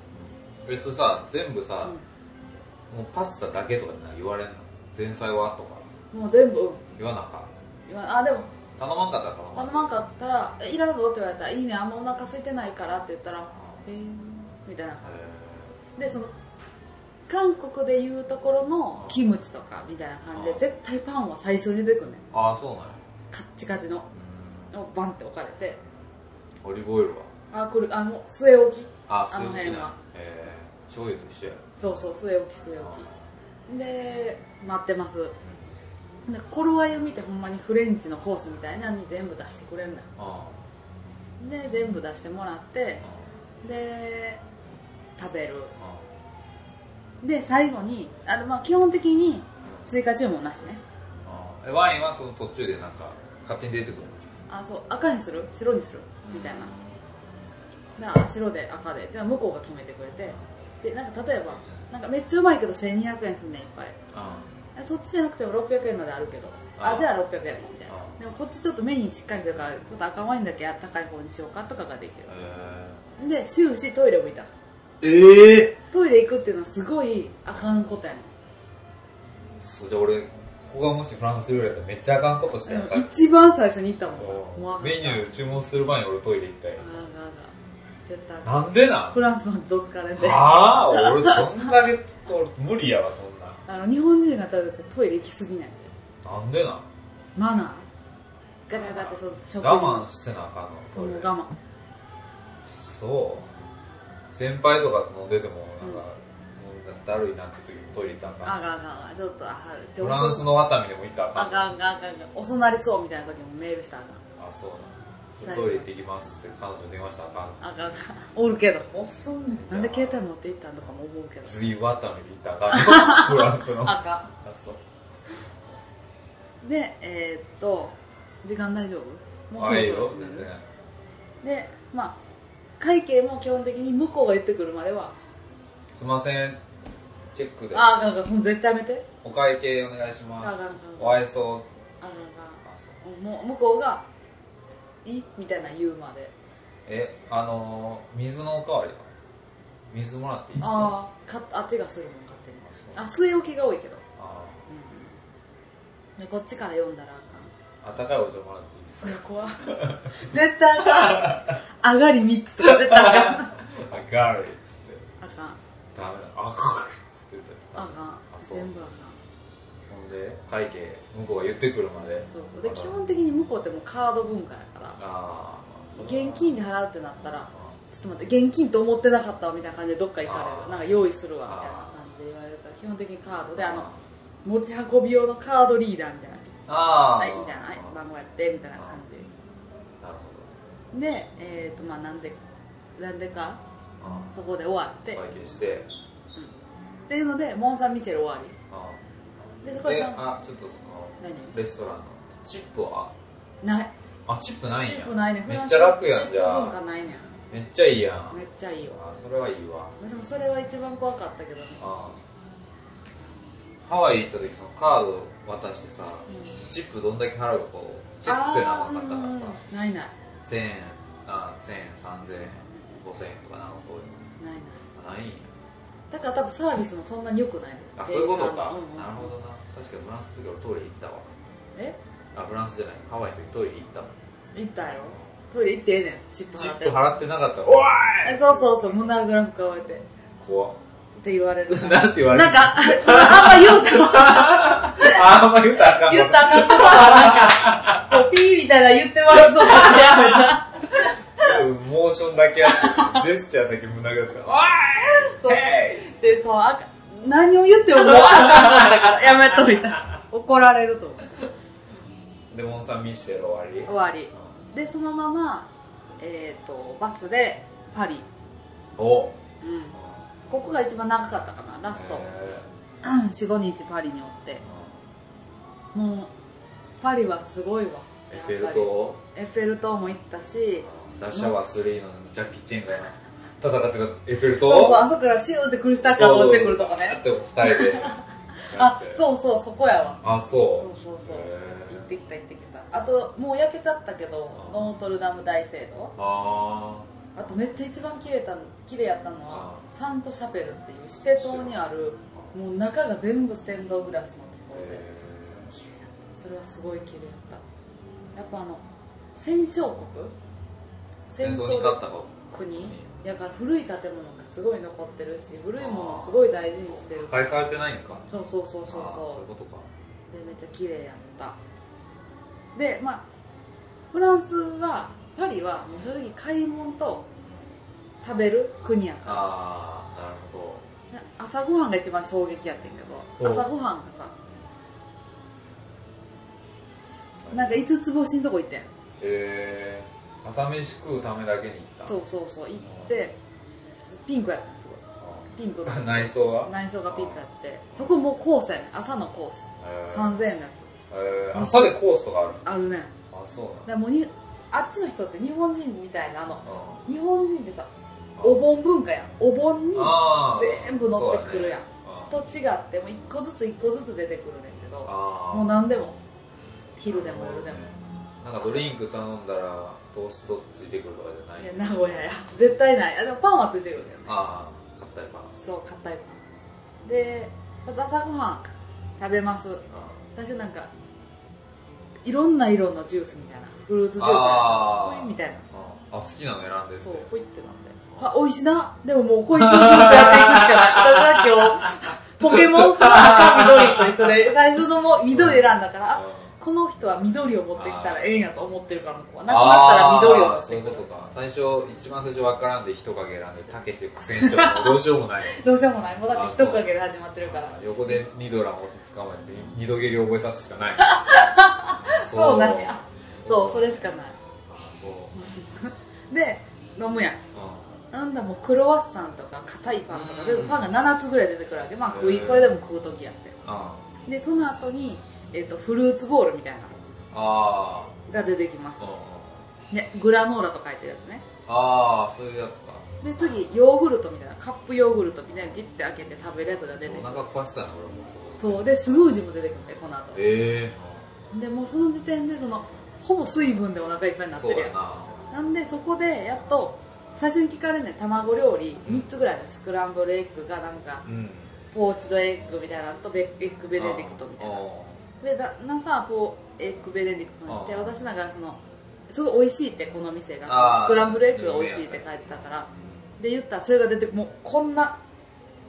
S1: えそれさ全部さ
S2: うん、
S1: もうパスタだけとかってなんか言われんの前菜はとか
S2: もう全部うん
S1: 言わなあかん
S2: 言わあでも
S1: 頼まんかったら頼まん
S2: 頼まんかったら「えいらんぞ」って言われたら「いいねあんまお腹空いてないから」って言ったら
S1: あ
S2: 「へえ」みたいな
S1: ー
S2: でその韓国でいうところのキムチとかみたいな感じで
S1: あ
S2: 絶対パンは最初に出てくるね
S1: あーそうなんや
S2: カッチカチの
S1: う
S2: をバンって置かれて
S1: んオリーブオイルは
S2: あこれあの据え置き
S1: あ
S2: あ
S1: あ
S2: の辺は
S1: えー、醤油と一緒や
S2: そうそう据え置き据え置きで待ってますで頃合いを見てほんまにフレンチのコースみたいなのに全部出してくれるのよ
S1: あ
S2: で全部出してもらって
S1: ー
S2: で食べる
S1: あーあ
S2: で最後にあのまあ基本的に
S1: ー
S2: 追加注文なしね
S1: あーえワインはその途中でなんか勝手に出てくる
S2: あそう赤にする白にするみたいなだから白で赤でで向こうが決めてくれてでなんか例えばなんかめっちゃうまいけど1200円すんねんいっぱい
S1: あ
S2: えそっちじゃなくても600円のであるけどあ
S1: あ
S2: じゃあ600円みたいな
S1: あ
S2: でもこっちちょっとメインしっかりしてるからちょっと赤ワインだけあったかい方にしようかとかができ
S1: ー
S2: るで終始トイレもいた
S1: えー、ええ
S2: トイレ行くっていうのはすごいあかんことやねん
S1: そうじゃあ俺ここがもしフランス料理やったらめっちゃあかんことしてやんさ
S2: うん一番最初に行ったもんもうあ
S1: も
S2: か
S1: うんメニュー注文する前に俺トイレ行きたい
S2: あがあが絶対あかん
S1: なんでなん
S2: フランスマンどつかれて
S1: はあ俺どんだけ俺無理やわそんな
S2: あの日本人が食べてトイレ行き過ぎないって
S1: なんでなん
S2: マナーガチャガチャってそう食事
S1: 我慢してなあかんの
S2: そ
S1: トイ
S2: の
S1: レ
S2: 我慢
S1: そう先輩とか飲んでてもなんか、もうだるいなって時にトイレ行ったん
S2: あがあ
S1: か
S2: があがちょっとあちょ
S1: フ
S2: っと
S1: ランスのワタミでも行ったらあか
S2: あ
S1: んあ
S2: があがあがあがおそなりそうみたいな時もメールしたら
S1: そうなんちょっとトイレ行ってきますって彼女電話したらあかん
S2: あがあがあがおるけど
S1: どうすんねんじ
S2: な
S1: ゃ
S2: んで携帯
S1: も
S2: 持って行ったんとかも思うけど
S1: 次ワタミで行ったらあ かんフランスのあ
S2: あか
S1: そうん
S2: でえーっと時間大丈夫もうそ
S1: あ
S2: ろ
S1: いい
S2: そろ
S1: よ
S2: 閉め
S1: 全
S2: る
S1: 然
S2: でまあ会計も基本的に向こうが言ってくるまでは
S1: すいませんチェックで
S2: ああがあがあその絶対やめて
S1: お会計お願いし
S2: あがあ
S1: ま
S2: があ
S1: す
S2: があ
S1: お愛想
S2: あがあ
S1: あそう
S2: があもう向こうが「い?」みたいな言うまで
S1: えあのー、水のおかわりは水もらっていいですか
S2: ああかあっちがするもん勝手に
S1: あそう
S2: あ据え置きが多いけど、
S1: あ
S2: でこっちから読んだら
S1: ー
S2: あか
S1: あったかいお茶もらっていいです
S2: んそれ怖い絶対あかん上がり3つとか絶対あかん
S1: か I got it っつって
S2: あかん
S1: ダメだ I got it っつって言ったら
S2: あかん
S1: そう
S2: 全部あかん
S1: ほんで会計向こうが言ってくるまで
S2: そうそうで
S1: あら
S2: 基本的に向こうってもうカード文化やから
S1: ああ
S2: 現金で払うってなったら
S1: あ
S2: ちょっと待って現金と思ってなかったわみたいな感じでどっか行かれ
S1: あ
S2: る
S1: ー
S2: なんか用意するわみたいな感じで言われるから基本的にカードであの持ち運び用のカードリーダーみたいな
S1: あー
S2: はいみたいなはい
S1: あー
S2: 番号やってみたいな感じ
S1: なるほ
S2: でえっ、とまあなんでなんでか
S1: どあ
S2: そこで終わって、
S1: ー会計して
S2: っていうのでモン・サン・ミシェル終わ
S1: あ
S2: りでそこ
S1: ー
S2: で
S1: で
S2: さん
S1: あちょっとその
S2: 何
S1: レストランのチップは
S2: ない
S1: あチップないん
S2: チ
S1: や
S2: ップないね
S1: めっちゃ楽やんじゃ
S2: 文化
S1: あ
S2: ないね
S1: めっちゃいいやん
S2: めっちゃいいよ
S1: あそれはいいわ
S2: 私もそれは一番怖かったけど、
S1: あハワイ行った時そのカード渡してさチップどんだけ払うかこうチェックせなあかんかったからさ
S2: あーうんないない
S1: 1000円あ1000円3000円5000円とかなんかそういう
S2: な
S1: の
S2: いない
S1: ないんや
S2: だから多分サービスもそんなに良くないね
S1: あそういうことか
S2: うんうんうん
S1: なるほどな確かフランスの時俺トイレ行ったわ
S2: え
S1: あフランスじゃないハワイの時トイレ行ったわ
S2: 行ったやろトイレ行ってええねんチップ
S1: チ
S2: 払っ
S1: ッ
S2: て
S1: プ払ってなかったらおい
S2: えそうそうそう胸ぐらふかわれてっ
S1: 怖って
S2: 言われる
S1: なんて言われる
S2: なんかああんま言うたわ
S1: ああんま言うたらあかん
S2: 言っ
S1: わ
S2: たらあかんことは なんか、こうピーみたいな言ってますそうなんじゃ
S1: 多分モーションだけやってジェスチャーだけ胸ぐらつから
S2: そ
S1: お
S2: う
S1: いヘイ
S2: で、そう、あか何を言ってももうあかんかったから、やめといた。怒られると思う。
S1: レモンさんミッシェル終わり
S2: 終わり。で、そのまま、えっ、と、バスでパリ。
S1: お
S2: うん。ここが一番長かったかな、ラスト。
S1: え
S2: 4、5日パリにおって。もう、パリはすごいわ。
S1: ーエ
S2: や
S1: ッフェル。
S2: っぱり
S1: 塔
S2: エッフェル塔も行ったし、
S1: ラッシャーは3のジャッキー・チェンが戦ってたエッフェル
S2: そ
S1: 塔
S2: うそう、あそこからシューってクリスタッカーが落ちてくるとかね。
S1: そうそうやって二人で
S2: あ、
S1: う
S2: そうそう、そこやわ。
S1: あそう
S2: そうそうそう
S1: へー
S2: 行ってきた行ってきたあともう焼けちゃったけど
S1: あ
S2: ノートルダム大聖堂
S1: あ
S2: あとめっちゃ一番綺麗た綺麗やったの
S1: あ
S2: はサントシャペルっていうシテ島にある
S1: ー
S2: もう中が全部ステンドグラスのところで
S1: え
S2: 綺麗やっそれはすごい綺麗やったやっぱあの戦勝国
S1: 戦争に勝ったか
S2: 国やから古い建物がすごい残ってるし古いものをすごい大事にしてる
S1: 返されてないんか
S2: そうそうそうそう
S1: あーそう
S2: そ
S1: いうことか
S2: うでめっちゃ綺麗やったでまあフランスはパリはもう正直買い物と食べる国やから
S1: ああなるほ
S2: で朝ごはんが一番衝撃やってんけど
S1: お
S2: 朝ごはんがさ
S1: ど
S2: なんか
S1: へ
S2: 5つ星のとこ行ってん
S1: え朝飯食うためだけに行った
S2: そうそうそう行ってピンクやったんすごい
S1: あ
S2: ピンク の
S1: ー 内装が
S2: 内装がピンクやってそこもうコースやねん朝のコース
S1: へー
S2: 3000円のや
S1: へー朝でコースとかある
S2: つあるねんだ
S1: あそうなん
S2: からもうにあっちの人って日本人みたいなあの
S1: あ
S2: 日本人ってさ
S1: ー
S2: お盆文化やんお盆に
S1: あー
S2: 全部乗ってくるやん、
S1: そうだね
S2: と違ってもう1個ずつ1個ずつ出てくるねんけど
S1: あー
S2: もう何でも昼でも夜でも
S1: なんかドリンク頼んだらトーストついてくるとかじゃない
S2: いや名古屋や絶対ないあでもパンはついてくるんだよね
S1: ああ買ったりかな
S2: そう硬いパンでまず朝ごはん食べます
S1: あ
S2: 最初なんかいろんな色のジュースみたいなフルーツジュース
S1: あー
S2: ほいみたいな
S1: ーあ好きなの選んでって
S2: そうほいってなってあ美味しいなでももうこいつをずっとやっていくしかないだか ら今日ポケモンか赤緑と一緒で最初のも緑選んだから
S1: う
S2: あ
S1: ん
S2: この人は緑を持ってきたらええんやと思ってるから向こうはなくなったら緑を持
S1: あ
S2: っ
S1: ーそう
S2: て
S1: いう
S2: く
S1: こ
S2: る
S1: とか最初一番最初わからんで人影選んでたけしで苦戦してもどうしよう もない
S2: どうしようもないもうだって一かけで始まってるから
S1: 横でニドランを押す捕まえて二度蹴りを覚えさすしかない
S2: そうなんやそうそれしかない
S1: あそう
S2: で飲むやん
S1: う
S2: なんだもうクロワッサンとか硬いパンとか
S1: うん
S2: 全部パンが7つぐらい出てくるわけまあ食い
S1: へー
S2: これでも食う時やって
S1: んあ
S2: でその後にえっとフルーツボールみたいなの
S1: あ
S2: が出てきます
S1: ーうんうん
S2: でグラノーラと書いてるやつね
S1: ああそういうやつか
S2: で次ヨーグルトみたいなカップヨーグルトみたいなギッて開けて食べるやつが出て
S1: そう
S2: く
S1: お
S2: る
S1: 腹壊したな俺もそう
S2: そうでスムージーも出てくるんでこの後
S1: え
S2: でもうその時点でそのほぼ水分でお腹いっぱいに
S1: え
S2: なって
S1: そう
S2: るや
S1: だ
S2: ん
S1: な
S2: なんでそこでやっと最初に聞かれるねん卵料理3つぐらいのスクランブルエッグがなんか
S1: うん
S2: ポーチドエッグみたいなのとベエッグベネディクトみたい
S1: あ
S2: な
S1: ー
S2: で旦那さんはポーエッグベネディクトにして
S1: あー
S2: 私なんかそのすごい美味しいってこの店
S1: あ
S2: が
S1: ー
S2: スクランブルエッグが美味しいって書いてたからで言ったらそれが出てもうこんな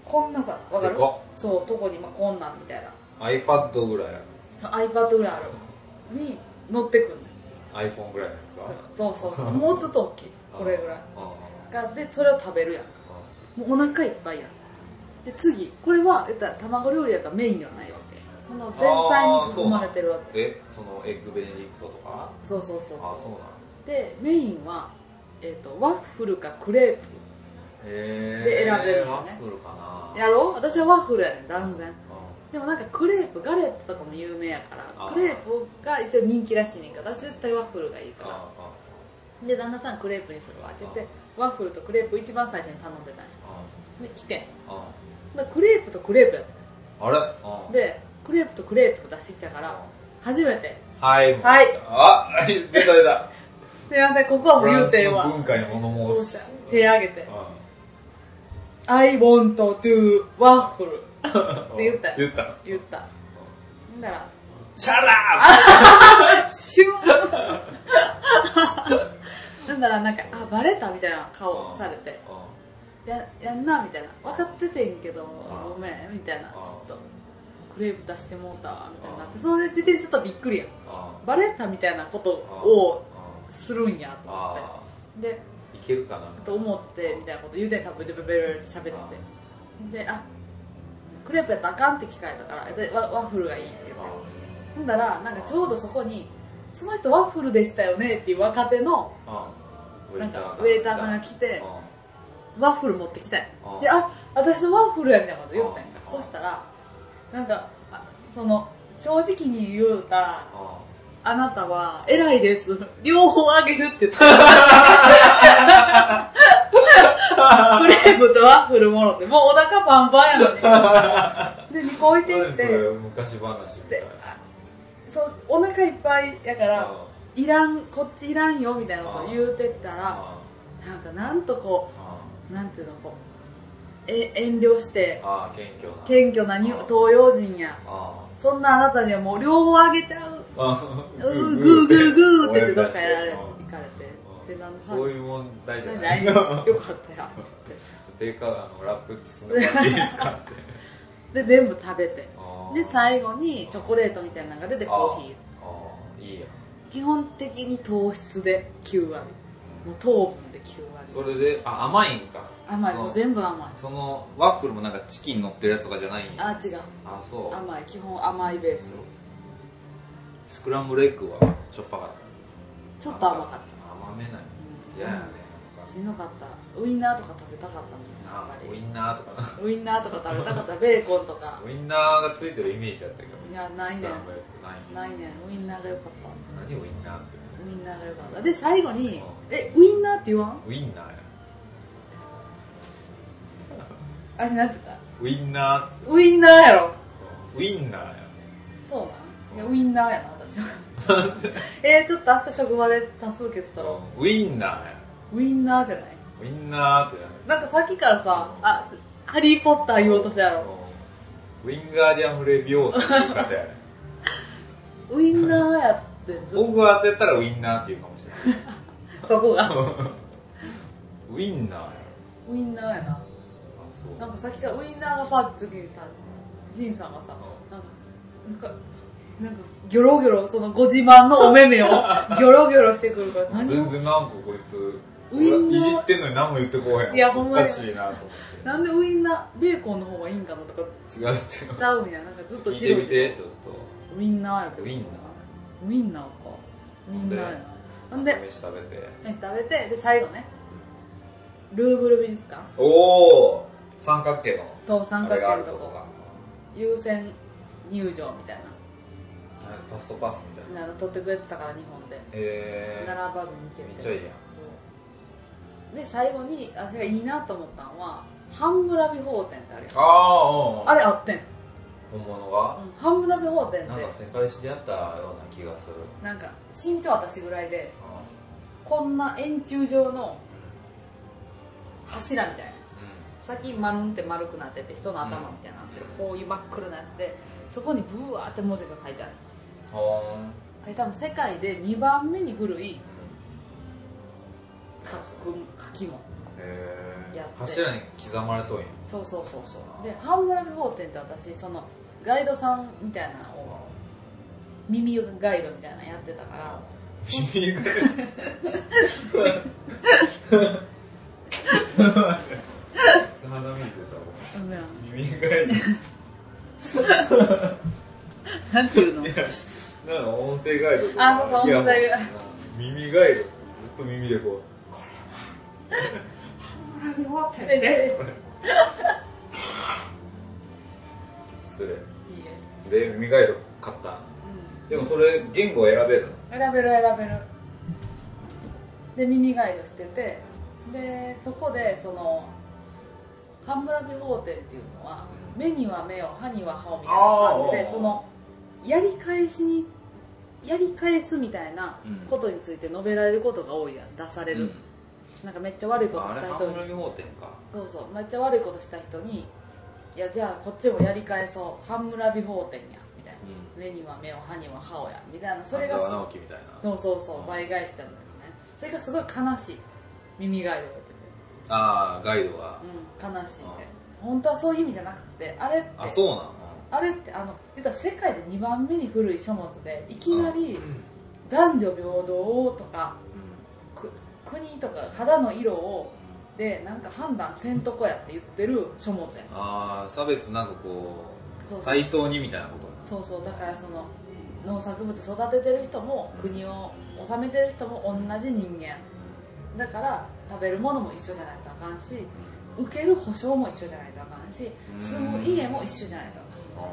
S2: こんなさわかる
S1: でか
S2: そうとこにまあこんなんみたいな
S1: うん iPad ぐらい
S2: iPad ぐらいあるに乗ってくる
S1: iPhone ぐらいのやつか
S2: そうそうそうもうちょっと大きいこれぐらい
S1: うんうんうん
S2: がでそれを食べるやんもうお腹いっぱいやんで次これは言ったら卵料理やからメインではないわけその全体に含まれてるわけ
S1: えそのエッグベネディクトとか
S2: そうそうそう
S1: あそうなの
S2: でメインは、えー、とワッフルかクレープ
S1: へ
S2: で選べるのね
S1: ワッフルかな
S2: やろう私はワッフルやねん断然
S1: う
S2: でもなんかクレープガレットとかも有名やか
S1: あ
S2: ら
S1: ー
S2: クレープが一応人気らしいねんけど私絶対ワッフルがいい
S1: ん
S2: か
S1: ああ
S2: らで旦那さんクレープにするわって言ってワッフルとクレープ一番最初に頼んでたんやで来てん
S1: あ
S2: でクレープとクレープやった
S1: ああれうん
S2: でクレープとクレープ出してきたから初めて
S1: はい
S2: はい
S1: あ出た出た
S2: すいませんここはもう
S1: フラン
S2: 言う
S1: ス
S2: てん
S1: の
S2: わ
S1: 文化に物申す
S2: 手挙げて
S1: うん
S2: I want to ワッフルって言ったよ
S1: 言った
S2: 言ったんだら
S1: シャラ
S2: シュー なんだらなんかあバレたみたいな顔されて
S1: ーうん
S2: ややんなみたいな分かっててんけどごめんみたいなち
S1: あ
S2: ょっとクレープ出してもうたわみたいになってその時点でちょっとびっくりやん
S1: あ
S2: バレたみたいなこと
S1: あ
S2: をするんやと思っ
S1: あ
S2: てで
S1: あいけるかな
S2: と思ってみたいなこと言うてん多分ベルベルベルって喋っててであクレープやったらあかんって聞かれたからでワワッフルがいいって言ってほんだらなんかちょうどそこにその人ワッフルでしたよねっていう若手の
S1: ああ
S2: なんかウェイターさんが来て
S1: あ
S2: ワッフル持ってきたんや
S1: あ
S2: であ私のワッフルやみたいなこと言ったんや
S1: あ
S2: そしたらなんかあその正直に言うたら
S1: あ
S2: あなたは偉いです両方あげるって言 ったクレープとワッフルもろってもうお腹パンパンやの にで2個置いていっ
S1: 何そ
S2: て
S1: れ昔話みたいな
S2: そうお腹いっぱいやから
S1: あ
S2: いらんこっちいらんよみたいなこと言うてったら
S1: あ
S2: なんかなんとこ
S1: あ
S2: うなんていうのこうえ遠慮して
S1: ああ謙虚な
S2: 謙虚なに東洋人や
S1: あ
S2: そんなあなたにはもう両方あげちゃう
S1: ああ
S2: うーグーグーグーって言ってどっかやら れ
S1: う
S2: 行
S1: ん
S2: かれてでなんでさ
S1: そういう問題じゃな
S2: ない
S1: い
S2: よかったやんって
S1: でかあのラップってそんな感じですかって
S2: 言ってで全部食べて
S1: あー
S2: で最後にチョコレートみたいなのが出てコーヒー
S1: ああいいや
S2: 基本的に糖質で9割もう糖分で9
S1: そ
S2: 割
S1: れであ甘いんか
S2: 甘い
S1: そ
S2: も
S1: の
S2: う全部甘い
S1: そのワッフルもなんかチキン乗ってるやつとかじゃないんや
S2: あ違う
S1: あそう
S2: 甘い基本甘いベース
S1: スクランブルエッグはしょっぱかっ
S2: ち
S1: た
S2: ょっと甘かった
S1: 甘めない
S2: うん
S1: 嫌やね
S2: しんどかったウインナーとか食べたかった
S1: な
S2: も
S1: ん
S2: ん
S1: か
S2: や
S1: なウイ
S2: っ
S1: ンナーとかな
S2: ぱりウインナーとか食べたかったベーコンとか
S1: ウインナーがついてるイメージだったけど
S2: いやない
S1: ス
S2: ね
S1: クランブルエッグないね
S2: ないねウインナーが良かった
S1: 何ウインナーって
S2: ウインナーが良かったで最後にえウインナーって言わん
S1: ウインナーや
S2: あれなんて言った
S1: ウインナーっつって
S2: ウインナーやろ
S1: ウインナーや
S2: そうなんいやウインナーやな私は えー、ちょっと明日職場で多数決取ろ
S1: ウインナーや
S2: うウインナーじゃない
S1: ウインナーってなる
S2: なんかさっきからさあハリー・ポッター言おうとしたやろ
S1: ウィンガーディアム・レビオースっていう方 やね
S2: ウインナーやってずっ
S1: 僕は当てたらウインナーっていうかもしれない
S2: とそこが
S1: ウインナーや
S2: ウインナーやな
S1: あそう
S2: なんかさっきからウインナーがさ次にさジンさんがさ
S1: う
S2: なんかなんかなんかギョロギョロそのご自慢のお目 目をギョロギョロしてくるから何
S1: 全
S2: を
S1: 然なんかこいつ
S2: ウインナー
S1: いじってんのに何も言ってこうへん
S2: いやほんまに
S1: おかしいなと思っ
S2: なんでウインナーベーコンの方がいいんかなとか
S1: て違う違う
S2: ちゃうみたいななんかずっと
S1: 聞い
S2: ジ
S1: て
S2: ロ
S1: み
S2: ジロ
S1: てちょっ
S2: ウインナーやけ
S1: と
S2: ど
S1: ウイン
S2: ウインナーかウインナーや
S1: ナー
S2: ななんで
S1: 飯食べて
S2: 飯食べてで最後ねルーブル美術館
S1: おお三角形の
S2: そう三角
S1: あれ
S2: 形の
S1: があ
S2: と
S1: るとこ
S2: こ
S1: が
S2: 優先入場みたい
S1: あれファストパスみたいな
S2: ななの取ってくれてたから日本で
S1: え
S2: 並
S1: ー、
S2: ばずに行け
S1: め
S2: るみ
S1: ったちゃ
S2: い
S1: い
S2: ない
S1: やん
S2: そうで最後に私がいいなと思ったのは半村美法店ってあるやん
S1: ああうん
S2: あれあってん、
S1: 本物が
S2: うん、半村美法店って
S1: なんか世界史でやったような気がする
S2: なんか身長私ぐらいでこんな円柱状の柱みたいな
S1: う
S2: さっき丸んって丸くなってて人の頭みたいになってる、こういう真っ黒なやつでそこにブワーって文字が書いてある
S1: んほーん
S2: あれ多分世界で2番目に古い書く書き物
S1: へ
S2: やっ
S1: え
S2: て
S1: 柱に刻まれとんや
S2: そうそうそうそうで半村美法店って私そのガイドさんみたいなのを耳ガイドみたいなのやってたから
S1: 耳がつまみ出た
S2: うんなん
S1: もん耳がい
S2: なんていうの
S1: なんか音声ガイドと
S2: あそうそう
S1: いや
S2: 音声
S1: も
S2: ガイ
S1: う耳ガイドずっと耳でこ
S2: でで
S1: う失礼
S2: いいえ
S1: で耳ガイド買った
S2: うん
S1: でもそれ言語を選べるの
S2: 選べる選べるで耳ガイドしててでそこでその半村美法店っていうのは目には目を歯には歯をみたいな感じ
S1: あー
S2: でそのやり返しにやり返すみたいな
S1: うん
S2: ことについて述べられることが多いやん出される、なんかめっちゃ悪いこと
S1: あ
S2: し
S1: れ
S2: た
S1: 半
S2: 人に
S1: 分法店か
S2: そうそうめっちゃ悪いことした人にいやじゃあこっちもやり返そう半村美法店やみたいな目には目を歯には歯をやみたいなそれが
S1: 半
S2: す
S1: 沢直樹みたいな
S2: そうそうそう倍返したんですねそれがすごい悲しい耳がいを言って
S1: ああガイドが
S2: てうん悲しいって本当はそういう意味じゃなくてあれって
S1: あそうなの
S2: あれってあの言ったら世界で2番目に古い書物でいきな
S1: うん
S2: り
S1: うん
S2: 男女平等とかく国とか肌の色をでなんか判断せんとこやって言ってる書物やん
S1: ああ差別なんかこ
S2: そう
S1: う
S2: そう
S1: 対等にみたいなこと
S2: そうそうだからその農作物育ててる人も国を治めてる人も同じ人間だから食べるものも一緒じゃないとあかんし受ける保証も一緒じゃないとあかんし
S1: うん
S2: 住む家も一緒じゃないとあ
S1: あ
S2: かん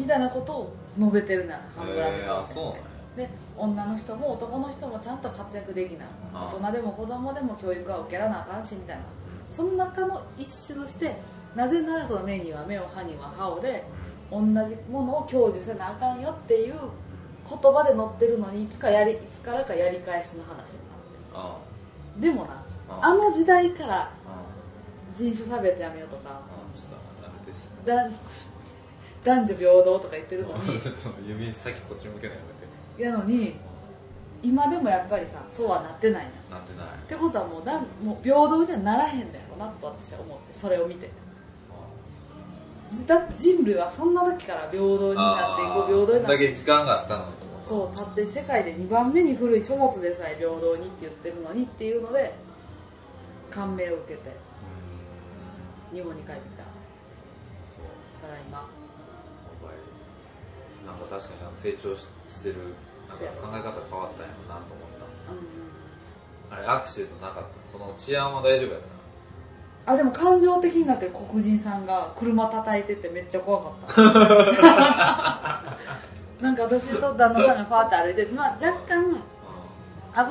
S2: みたいなことを述べてるな
S1: あ
S2: 半
S1: へ
S2: 村美
S1: え
S2: 法
S1: あ
S2: って
S1: そうなんや
S2: で女の人も男の人もちゃんと活躍できない
S1: あ
S2: 大人でも子供でも教育は受けらなあかんしみたいなその中の一種としてなぜならその目には目を歯には歯をで同じものを享受せなあかんよっていう言葉で載ってるのにいつかやりいつからかやり返しの話になって
S1: あ
S2: るでもな
S1: ああ
S2: あの時代から
S1: あ
S2: 人種差別やめようとか
S1: あちょっとあれです
S2: だん男女平等とか言ってるの に
S1: ちょっと指先こっち向けないやめて
S2: やのに今でもやっぱりさそうはなってないんや
S1: なんてない
S2: ってことはもうだんもう平等みたいにならへんのやろなと私は思ってそれを見てだって人類はそんな時から平等になってい
S1: あ
S2: こ
S1: ー
S2: う平等に
S1: こん
S2: なっ
S1: だ
S2: て
S1: け時間があったのに
S2: そうだって世界で2番目に古い書物でさえ平等にって言ってるのにっていうので感銘を受けて
S1: うん
S2: 日本に帰ってきた
S1: そう
S2: ただ今
S1: やっぱりなんか確かになんか成長ししてるなんか考え方変わったんやろなと思っ
S2: うん
S1: たあれアクシデントなかったその治安は大丈夫やった
S2: あでも感情的になってる黒人さんが車叩いててめっちゃ怖かった なんか私と旦那さんがパーって歩いてて、まあ、若干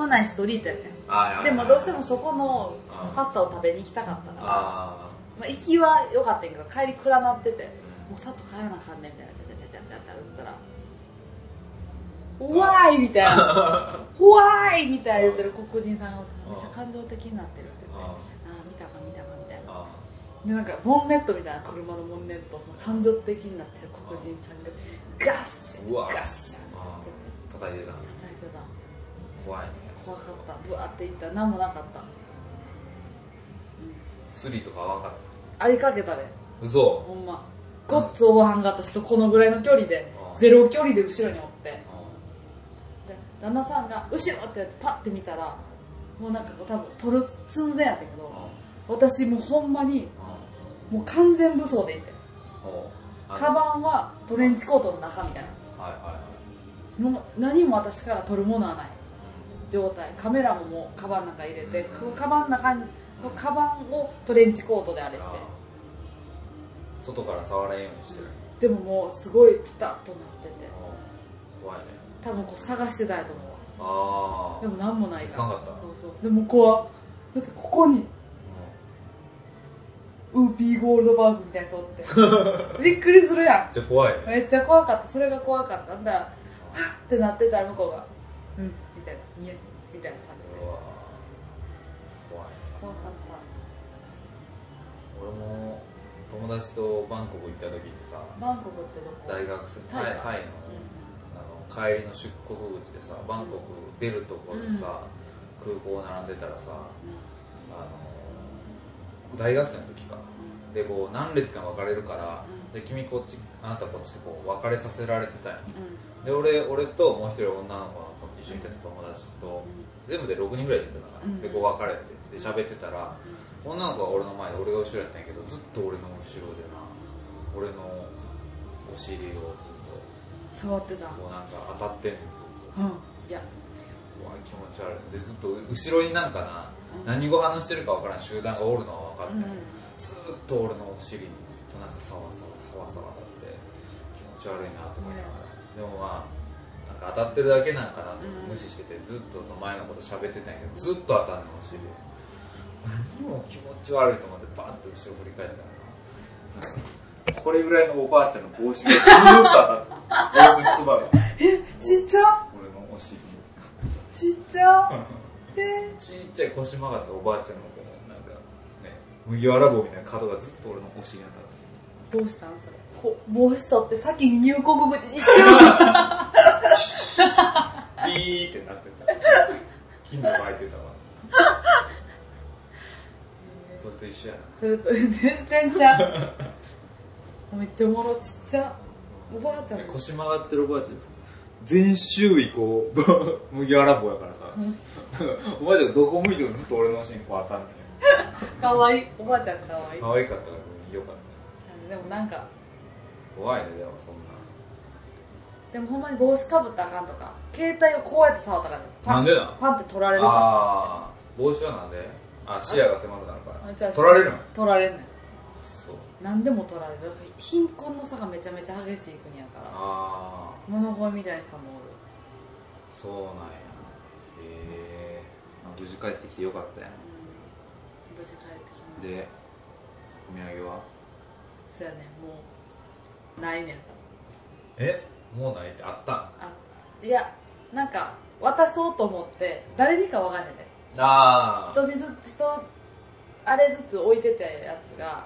S2: 危ないストリートやね
S1: あ
S2: ん
S1: あ
S2: でもどうしてもそこのパスタを食べに行きたかったから、ま
S1: あ
S2: あ、行きは良かったんやけど帰り暗なっててもうさっと帰らなあかんねんみたいなちゃちゃちゃちゃって歩いてたら「うわーい!」み たいな「うわーい!」みたいな言ってる黒人さんがおってめっちゃ感情的になってるって言って「あ
S1: あ
S2: あ見たか見たか」みたいな
S1: あ
S2: でなんかボンネットみたいな車のボンネットの感情的になってる黒人さんがガッシャン
S1: うわ
S2: ガッシャンって言って
S1: 叩いてた
S2: 叩いてた
S1: 怖いね
S2: 怖かったブワーっていったら何もなかった、うん、
S1: スリとかは分かっ
S2: ありかけたで
S1: た嘘
S2: ほんまごっつおばはんが私とこのぐらいの距離で
S1: あ
S2: ゼロ距離で後ろにおって
S1: あ
S2: で旦那さんが「後ろ!」ってやってパッて見たらもうなんかこう多分取る寸前やったけど
S1: あ
S2: 私もうほんまに
S1: あ
S2: もう完全武装でいて
S1: おあ
S2: カバンはトレンチコートの中みたい
S1: はいはいはい
S2: なもう何も私から取るものはない状態カメラももうカバンの中入れて
S1: うん
S2: カバンの中にカバンをトレンチコートであれして
S1: あ外から触れんようにしてる
S2: でももうすごいピタッとなってて
S1: あ怖いね
S2: 多分こう探してたやと思うわ
S1: ああ
S2: でも何もないから
S1: 気づかんかった
S2: そうそうでも怖っだってここにウーピーゴールドバーグみたいなの撮って びっくりするや
S1: めっちゃ怖い
S2: ん
S1: ね
S2: めっちゃ怖かったそれが怖かったんだからハッってなってたら向こうが「うん」みたいな「にえ」みたいな感じ
S1: う
S2: で
S1: わ怖い
S2: 怖かっ
S1: 俺も友達とバンコク行った時にさ
S2: たバンコクってどこ
S1: 大学生
S2: タイか
S1: タイのあの帰りの出国口でさバンコク出るところでさ、空港並んでたらさ
S2: うんうん
S1: あの大学生の時か
S2: う
S1: でこう何列か分かれるから
S2: う
S1: で
S2: ん
S1: 君こっちあなたこっちってこう分かれさせられてたんよ
S2: んうん
S1: で俺俺ともう一人女の子の一緒にいた友達と全部で6人ぐらいで行ったのかな、
S2: うん
S1: でこう別れてで喋ってたら女の子は俺の前で俺が後ろやったんやけどずっと俺の後ろでな俺のお尻をずっ
S2: 触ってた
S1: とこうなんか当たってんのずっ
S2: うんいや
S1: と怖い気持ち悪いでずっと後ろになんかな
S2: うん
S1: 何語話してるか分からん集団がおるのは分か
S2: う
S1: っ
S2: ん
S1: て、ずっと俺のお尻にずっとなんかサワサワサワサワだって気持ち悪いなと思いながら、でもまあなんか当たってるだけなんかなって
S2: うん
S1: 無視してて、ずっとその前のこと喋ってたんやけどずっと当たんのお尻何も気持ち悪いと思ってバーンと後ろ振り返ったらなんかこれぐらいのおばあちゃんの帽子がずっと当たってる帽子のつばが
S2: ちっちゃ
S1: 俺のお尻に
S2: ちっちゃえ
S1: ちっちゃい腰曲がったおばあちゃんのこうなんかね麦わら帽みたいな角がずっと俺のお尻に当たってる
S2: どうしたんそれこ帽子取って先に入国口にし よ
S1: ビーってなってた金魚が開いてたわそれと一緒やな
S2: うそれと全然ちゃうめっちゃおもろちっちゃおばあちゃんも
S1: 腰曲がってるおばあちゃんです全周囲こう 麦わら帽やからさおばあちゃんどこ向いてもずっと俺のシーンこう当たんね
S2: かわいいおばあちゃんかわいい
S1: 可愛かったからよかっ
S2: でもなんか
S1: た怖いねでもそんな
S2: でもほんまに帽子かぶったらあかんとか携帯をこうやって触ったらあかんパン
S1: なんでなん
S2: パンって取られるか
S1: ああ帽子はなんであ視野が狭くなるか
S2: あ
S1: ら
S2: じゃあ
S1: 取られるの
S2: ら取られんねん
S1: そう
S2: 何でも取られるだから貧困の差がめちゃめちゃ激しい国やから
S1: ああ
S2: 物乞いみたいな人もおる
S1: そうなんやへえ無事帰ってきてよかったやん
S2: うん無事帰ってきまし
S1: で、お土産は
S2: たそうやねもうないねん
S1: えもうないってあったん
S2: あいやなんか渡そうと思って誰にか分かんねんで
S1: ああ
S2: 人々人あれずつ置いてたやつが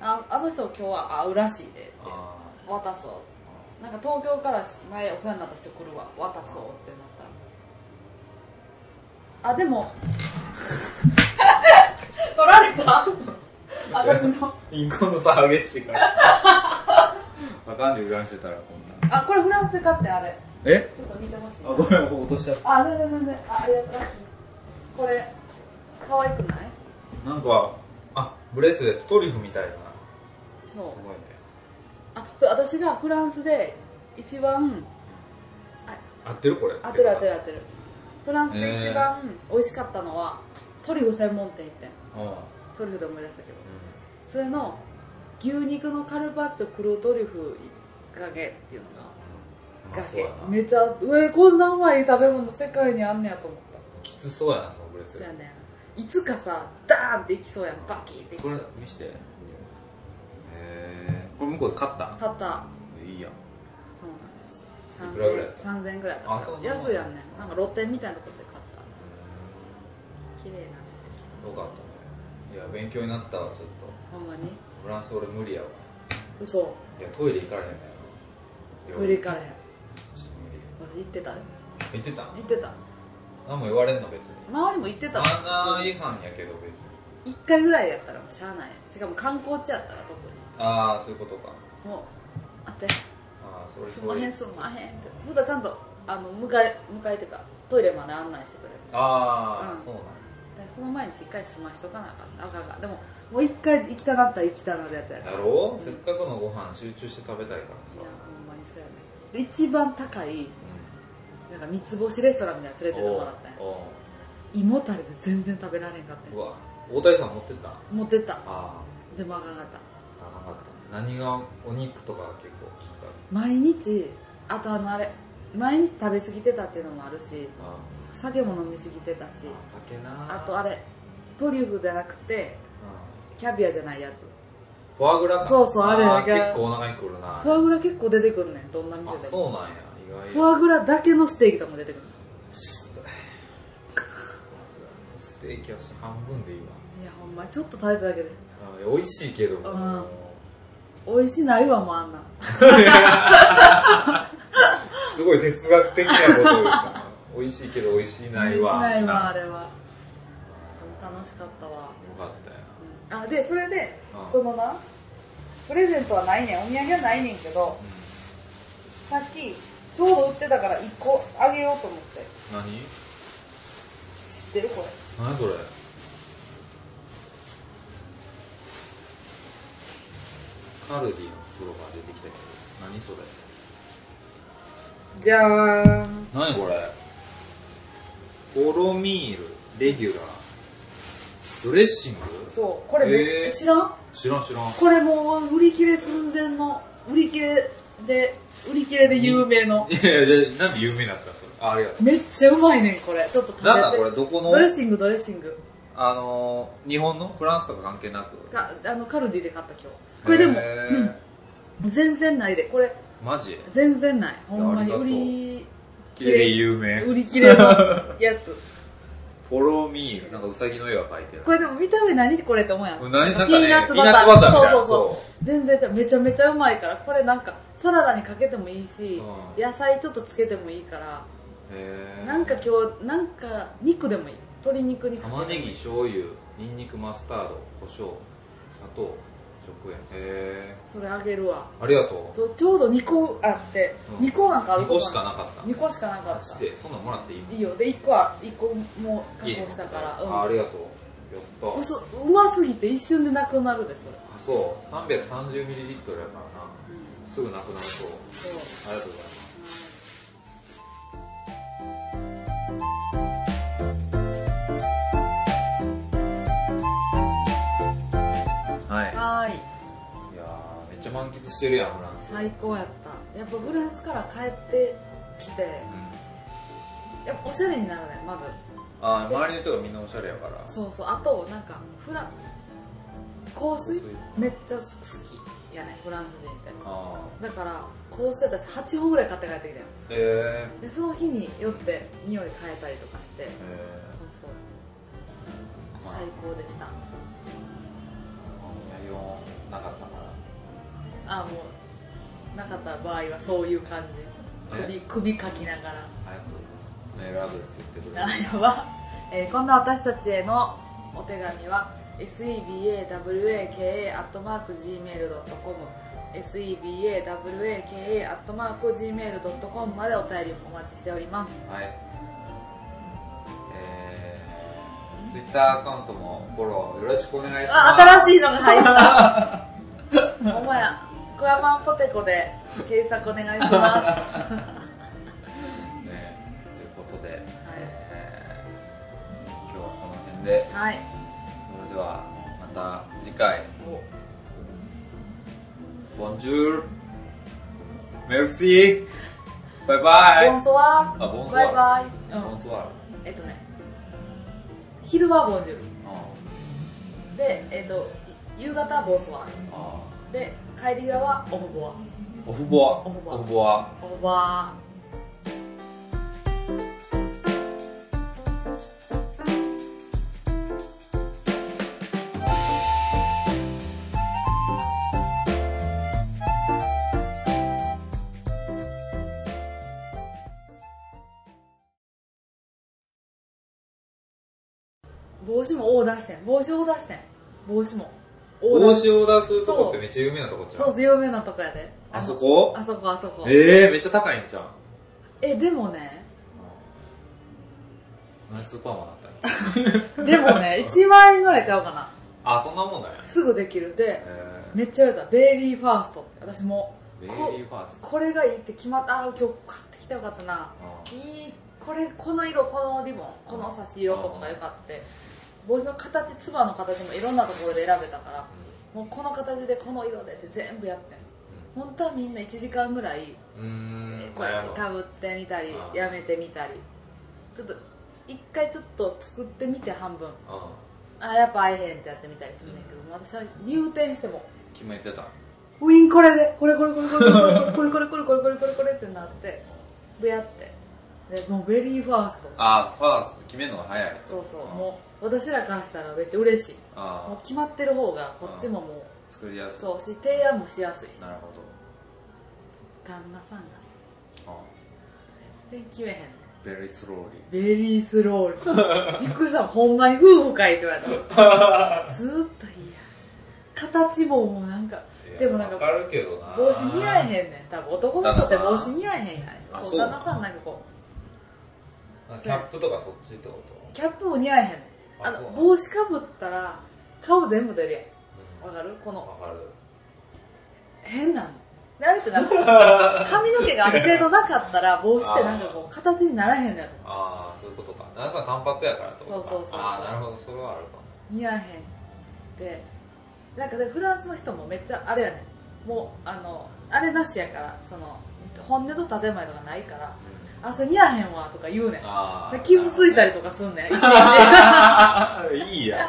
S2: ああの人今日は会うらしいでって
S1: あ
S2: 渡そうなんか東京から前お世話になった人来るわ渡そうってなったらあで も取ら れた私の
S1: ー インコの差激しいから。 わかんない、乱してたらこんな。
S2: あこれフランスで買ってあれ
S1: え
S2: ちょっと見てほしい
S1: あ、ごめん、落としちゃっ
S2: あ全然全然あありがとうラッキーこれ可愛くない
S1: た。なんか、あ、ブレスレット、トリュフみたいだな。
S2: そう
S1: すごいね。
S2: あそう私がフランスで一番
S1: 合ってるこれ。
S2: 当てる当て
S1: る。
S2: る当てるフランスで一番美味しかったのは、トリュフ専門店行ってん
S1: うん。うん
S2: トリュフで思い出したけどそれの牛肉のカルパッチョ黒トリュフかけっていうの
S1: まあ
S2: がか
S1: そう
S2: け
S1: やな。
S2: めっちゃうえこんなうまい食べ物世界にあんねやと思った
S1: きつそうやな、そのブレス
S2: そう
S1: レ
S2: や
S1: ッ
S2: ねんいつかさダーンっていきそうやんバキーってい
S1: ト。
S2: き
S1: こ
S2: そう
S1: れ、見して。へえ。これ向こうで買った
S2: 買った
S1: んいいやん。
S2: そ
S1: い
S2: うなんです
S1: くらぐらいやった
S2: 3000円ぐらいだ
S1: あ
S2: っ
S1: そう
S2: た
S1: なんだ
S2: 安いやんねなんか露店みたいなとこで買った綺麗なのです
S1: よかったね。いや、勉強になったわ、ちょっと。
S2: ほんまに
S1: フランス俺無理やわ。
S2: 嘘
S1: いや、トイレ行かれへんねん
S2: トイレ行かれへん
S1: ちょっと無理や
S2: 私行ってたで
S1: 言ってた
S2: 行ってた
S1: 何も言われんの別に
S2: 周りも行ってた
S1: マ
S2: わ
S1: ナ
S2: 普
S1: ー
S2: 通に
S1: 違反やけど別に
S2: 一回ぐらいやったらもうしゃあないしかも観光地やったら特に
S1: ああそういうことか
S2: もうあって
S1: ああそれ
S2: すん
S1: そ
S2: ま
S1: う
S2: へ
S1: い
S2: ん
S1: う
S2: すんまへんってそしたらちゃんとあの迎え迎えてかトイレまで案内してくれる
S1: ああ、
S2: うん
S1: そうなん
S2: でその前にしっかり済ましとかなあかんあかんあかんでももう一回行きたなったら行きたなるやつやから
S1: だろう、
S2: うん
S1: せっかくのご飯集中して食べたいから
S2: い
S1: さ
S2: やほんまにそうやねで一番高いなんか三つ星レストランみたいなの連れてってもらったんや
S1: おうお
S2: 胃もたれで全然食べられへんかったん
S1: うう
S2: や
S1: わ大谷さん持ってったあ
S2: 持ってった
S1: あ
S2: でもあかんかった
S1: 高かった何がお肉とかが結構きつかっ
S2: 毎日あとあのあれ毎日食べ過ぎてたっていうのもあるした
S1: あ
S2: 酒も飲み過ぎてたし
S1: あ酒な
S2: あとあれトリュフじゃなくて
S1: うん
S2: キャビアじゃないやつ
S1: フォアグラか
S2: そうそうあれ
S1: ああ
S2: が
S1: 結構お腹にくるな
S2: フォアグラ結構出てくんねんどんな店
S1: あ
S2: でも
S1: そうなんや意外や
S2: フォアグラだけのステーキとかも出てくる
S1: ステーキは半分でいいわ
S2: いやほんまちょっと食べただけ
S1: あ
S2: で
S1: 美味しいけども、
S2: うん美味しないわもうあんなん
S1: すごい哲学的なことを言うから美味しいけど美味しいない
S2: 美味し
S1: わ
S2: ないわあ
S1: よ
S2: れはでも楽しかったわ
S1: かったよ
S2: うんあでそれで
S1: うん
S2: そのなプレゼントはないねんお土産はないねんけどさっきちょうど売ってたから1個あげようと思って知ってるこれ
S1: 何何それカルディの袋が出てきたけど何それ
S2: じゃーん
S1: 何これオロミールレギュラードレッシング
S2: そうこれめ、
S1: えー
S2: 知らん
S1: 知らん知らん
S2: これもう売り切れ寸前の売り切れで売り切れで有名の
S1: いやいや、なんで有名になったのそれ。あ、ありがと
S2: めっちゃうまいねんこれちょっと食べ
S1: う。
S2: て
S1: なんだこれ、どこの
S2: ド、レッシングドレッシング
S1: あのー、日本のフランスとか関係なく。
S2: かあのカルディで買った今日これでも、
S1: へ
S2: うん全然ないでこれ
S1: ーマジ
S2: 全然ないほんま
S1: い
S2: に
S1: やありがとう
S2: 売り
S1: 綺麗で有名。
S2: 売り切れのや つ
S1: フォローミール。なんかウサギの絵が描いてる。
S2: これでも見た目何これって思うやん
S1: これ何なん
S2: ピ
S1: か
S2: ー
S1: ね、
S2: ナッツ
S1: ピー
S2: バ
S1: ナ
S2: タ
S1: ッ
S2: ー
S1: ツバターみたいな。
S2: そうそうそう全然ちゃうめちゃめちゃうまいからこれなんかサラダにかけてもいいし、
S1: うん
S2: 野菜ちょっとつけてもいいから、
S1: へー
S2: なんか今日なんか肉でもいい鶏肉にかけても
S1: 玉ね
S2: いい
S1: ぎ、醤油、ニンニク、マスタード、胡椒、砂糖、食塩。へ
S2: それあげるわ
S1: ーありがとう。
S2: そうちょうど2個あって、
S1: うん
S2: 2個なんかある
S1: 2個しか
S2: な
S1: なかった。
S2: 2個しかなか
S1: マ
S2: っ
S1: ジ
S2: た
S1: で、そんなんもらっていい
S2: いいよで1個は1個もう加
S1: 家に
S2: 工したから
S1: あ、あ
S2: うん
S1: りがとう。やった。
S2: 嘘うますぎて一瞬でなくなるでそれ、
S1: あそう330ミリリットルやからな
S2: うん、
S1: すぐなくなるそう
S2: そう
S1: ありがとうございますはい
S2: はー
S1: い
S2: い
S1: やーめっちゃ満喫してるやんフランス、
S2: 最高やったやっぱフランスから帰ってきて
S1: うん、
S2: やっぱおしゃれになるねま
S1: あー周りの人がみんなおしゃれやから
S2: ずそうそうあとなんかフラ香水めっちゃ好きやねフランス人って
S1: あ
S2: だから香水私8本ぐらい買って帰ってきたよ
S1: ーえ
S2: でその日によって匂い変えたりとかして
S1: ー、え
S2: そうそう
S1: ー、まあ
S2: 最高でした
S1: 内容なかったから
S2: あもうなかった場合はそういう感じ首首かきながら
S1: 早くメールアドレス言ってくれ
S2: あやば、 えーこんな私たちへのお手紙は sebawaka.gmail.com sebawaka.gmail.com までお便りお待ちしております
S1: はいえー、ツイッターアカウントもフォローよろしくお願いします
S2: あ新しいのが入ったお前やクワマンポテコで検索お願 いします
S1: ね、ということで、えー今日はこの辺で
S2: はい、はい、
S1: それではまた次回
S2: お
S1: ボンジュールメルシーバイバイ
S2: ボンソワ
S1: あボンソワ
S2: バイバイ、うん
S1: ボンソワール
S2: えっとね昼はボンジュール
S1: あ
S2: で、えっとい夕方はボンソワ
S1: ああ
S2: で帰り際はオフボア
S1: あオフボア
S2: オフボア
S1: オフボア
S2: オフボア帽子もオーダーしてん帽子オーダーしてん帽子もオーダ
S1: 帽
S2: ーして
S1: 子を出すとこってめっちゃ有名なとこじゃ
S2: そうんそう有名なとこやで
S1: あそこ
S2: あそこあそこ
S1: ええー、めっちゃ高いんじゃん
S2: えでもね
S1: 何スーパーマンだったんや
S2: でも ね1万円ぐらいちゃうかな
S1: あそんなもんなんや
S2: すぐできるで
S1: え
S2: めっちゃ売れたベイリーファーストって私も
S1: ー、ベイリーファースト
S2: これがいいって決まったあー今日買ってきたよかったな
S1: あ
S2: いいこれこの色このリボンこの差し色とかがよかって帽子の形つばの形もいろんなところで選べたから
S1: あ
S2: もうこの形でこの色でって全部やってん本当はみんな1時間ぐらい
S1: うんうーん
S2: これかぶってみたり
S1: あー
S2: やめてみたりちょっと一回ちょっと作ってみて半分
S1: あ
S2: あやっぱ会えへんってやってみたりするねんけど、私は入店しても
S1: 決めてた
S2: ウィンこれでこれこれこれこれこれこれこれこれこれこれこれこれってなって出会ってでもうベリーファースト
S1: あファースト決めるのが早い
S2: そうそう
S1: あ
S2: もう私らからしたらめっちゃ嬉しいも
S1: あ
S2: う決まってる方がこっちもも
S1: 作りや
S2: う
S1: すい
S2: そうし提案もしやすいし
S1: なるほ
S2: 旦那さんが
S1: どあ
S2: 全然決めへん
S1: ベリースローリー
S2: ベリースロールびっくりしたほんまに夫婦かいって言われたずーっといいや形ももうなんかでもなんか
S1: わかるけどな
S2: 帽子似合えへんねん多分男の人って
S1: 旦那
S2: 帽
S1: さ
S2: 子
S1: ん
S2: 似合えへんやん
S1: あ
S2: そう
S1: そう
S2: 旦那さんなんかこ
S1: あキャップとかそっちってこ
S2: うキャップも似合えへんねん
S1: あ
S2: あ
S1: そうな
S2: の
S1: ん
S2: 帽子かぶったら顔全部出るやん
S1: と
S2: わかるこ
S1: うん
S2: の
S1: わかる
S2: 変なのあれってなんか 髪の毛がある程度なかったら帽子ってなんかこう形にならへんねんと
S1: ああそういうことか旦那さん単発やからってことか
S2: そうそうそうそう
S1: ああなるほどそれはあるかも
S2: 似合えへんでなんかでフランスの人もめっちゃあれやねんもうあのあれなしやからその本音と建前とかないからあそれ似合えへんわとか言うねん
S1: ああ
S2: で傷ついたりと
S1: か
S2: か すんねん一日
S1: いいや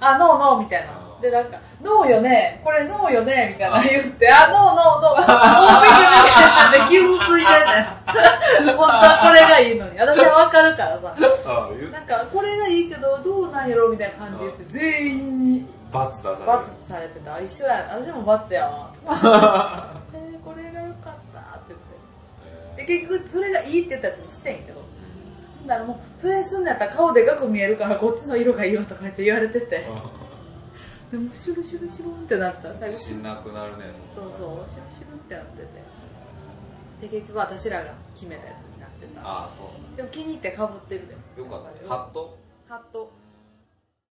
S2: あ、ノーノーみたいな
S1: あ。ー
S2: で、なんか、ノーよね、これノーよね、みたいな言って、あ、ノーノーノー、もう見てみたいな。で、傷ついてんねん。本当はこれがいいのに。私はわかるからさ。
S1: ああ言う
S2: なんか、これがいいけど、どうなんやろみたいな感じで言って、全員に
S1: 罰出される
S2: バツされてた。一緒や、私もバツやわ。えー、これが良かったって言って。で、結局、それがいいって言ったやつにしてんけど。なんだろう、もう、それすんのやったら顔でかく見えるから、こっちの色がいいわとか言って言われてて。でもシュルシュルシュルンってなった最後
S1: 自
S2: そう
S1: 信なくなるね
S2: そうシュルシュルンってなっててで結局私らが決めたやつになってた
S1: ああそ
S2: でも気に入ってかぶってるで
S1: うよかったねハット
S2: ハット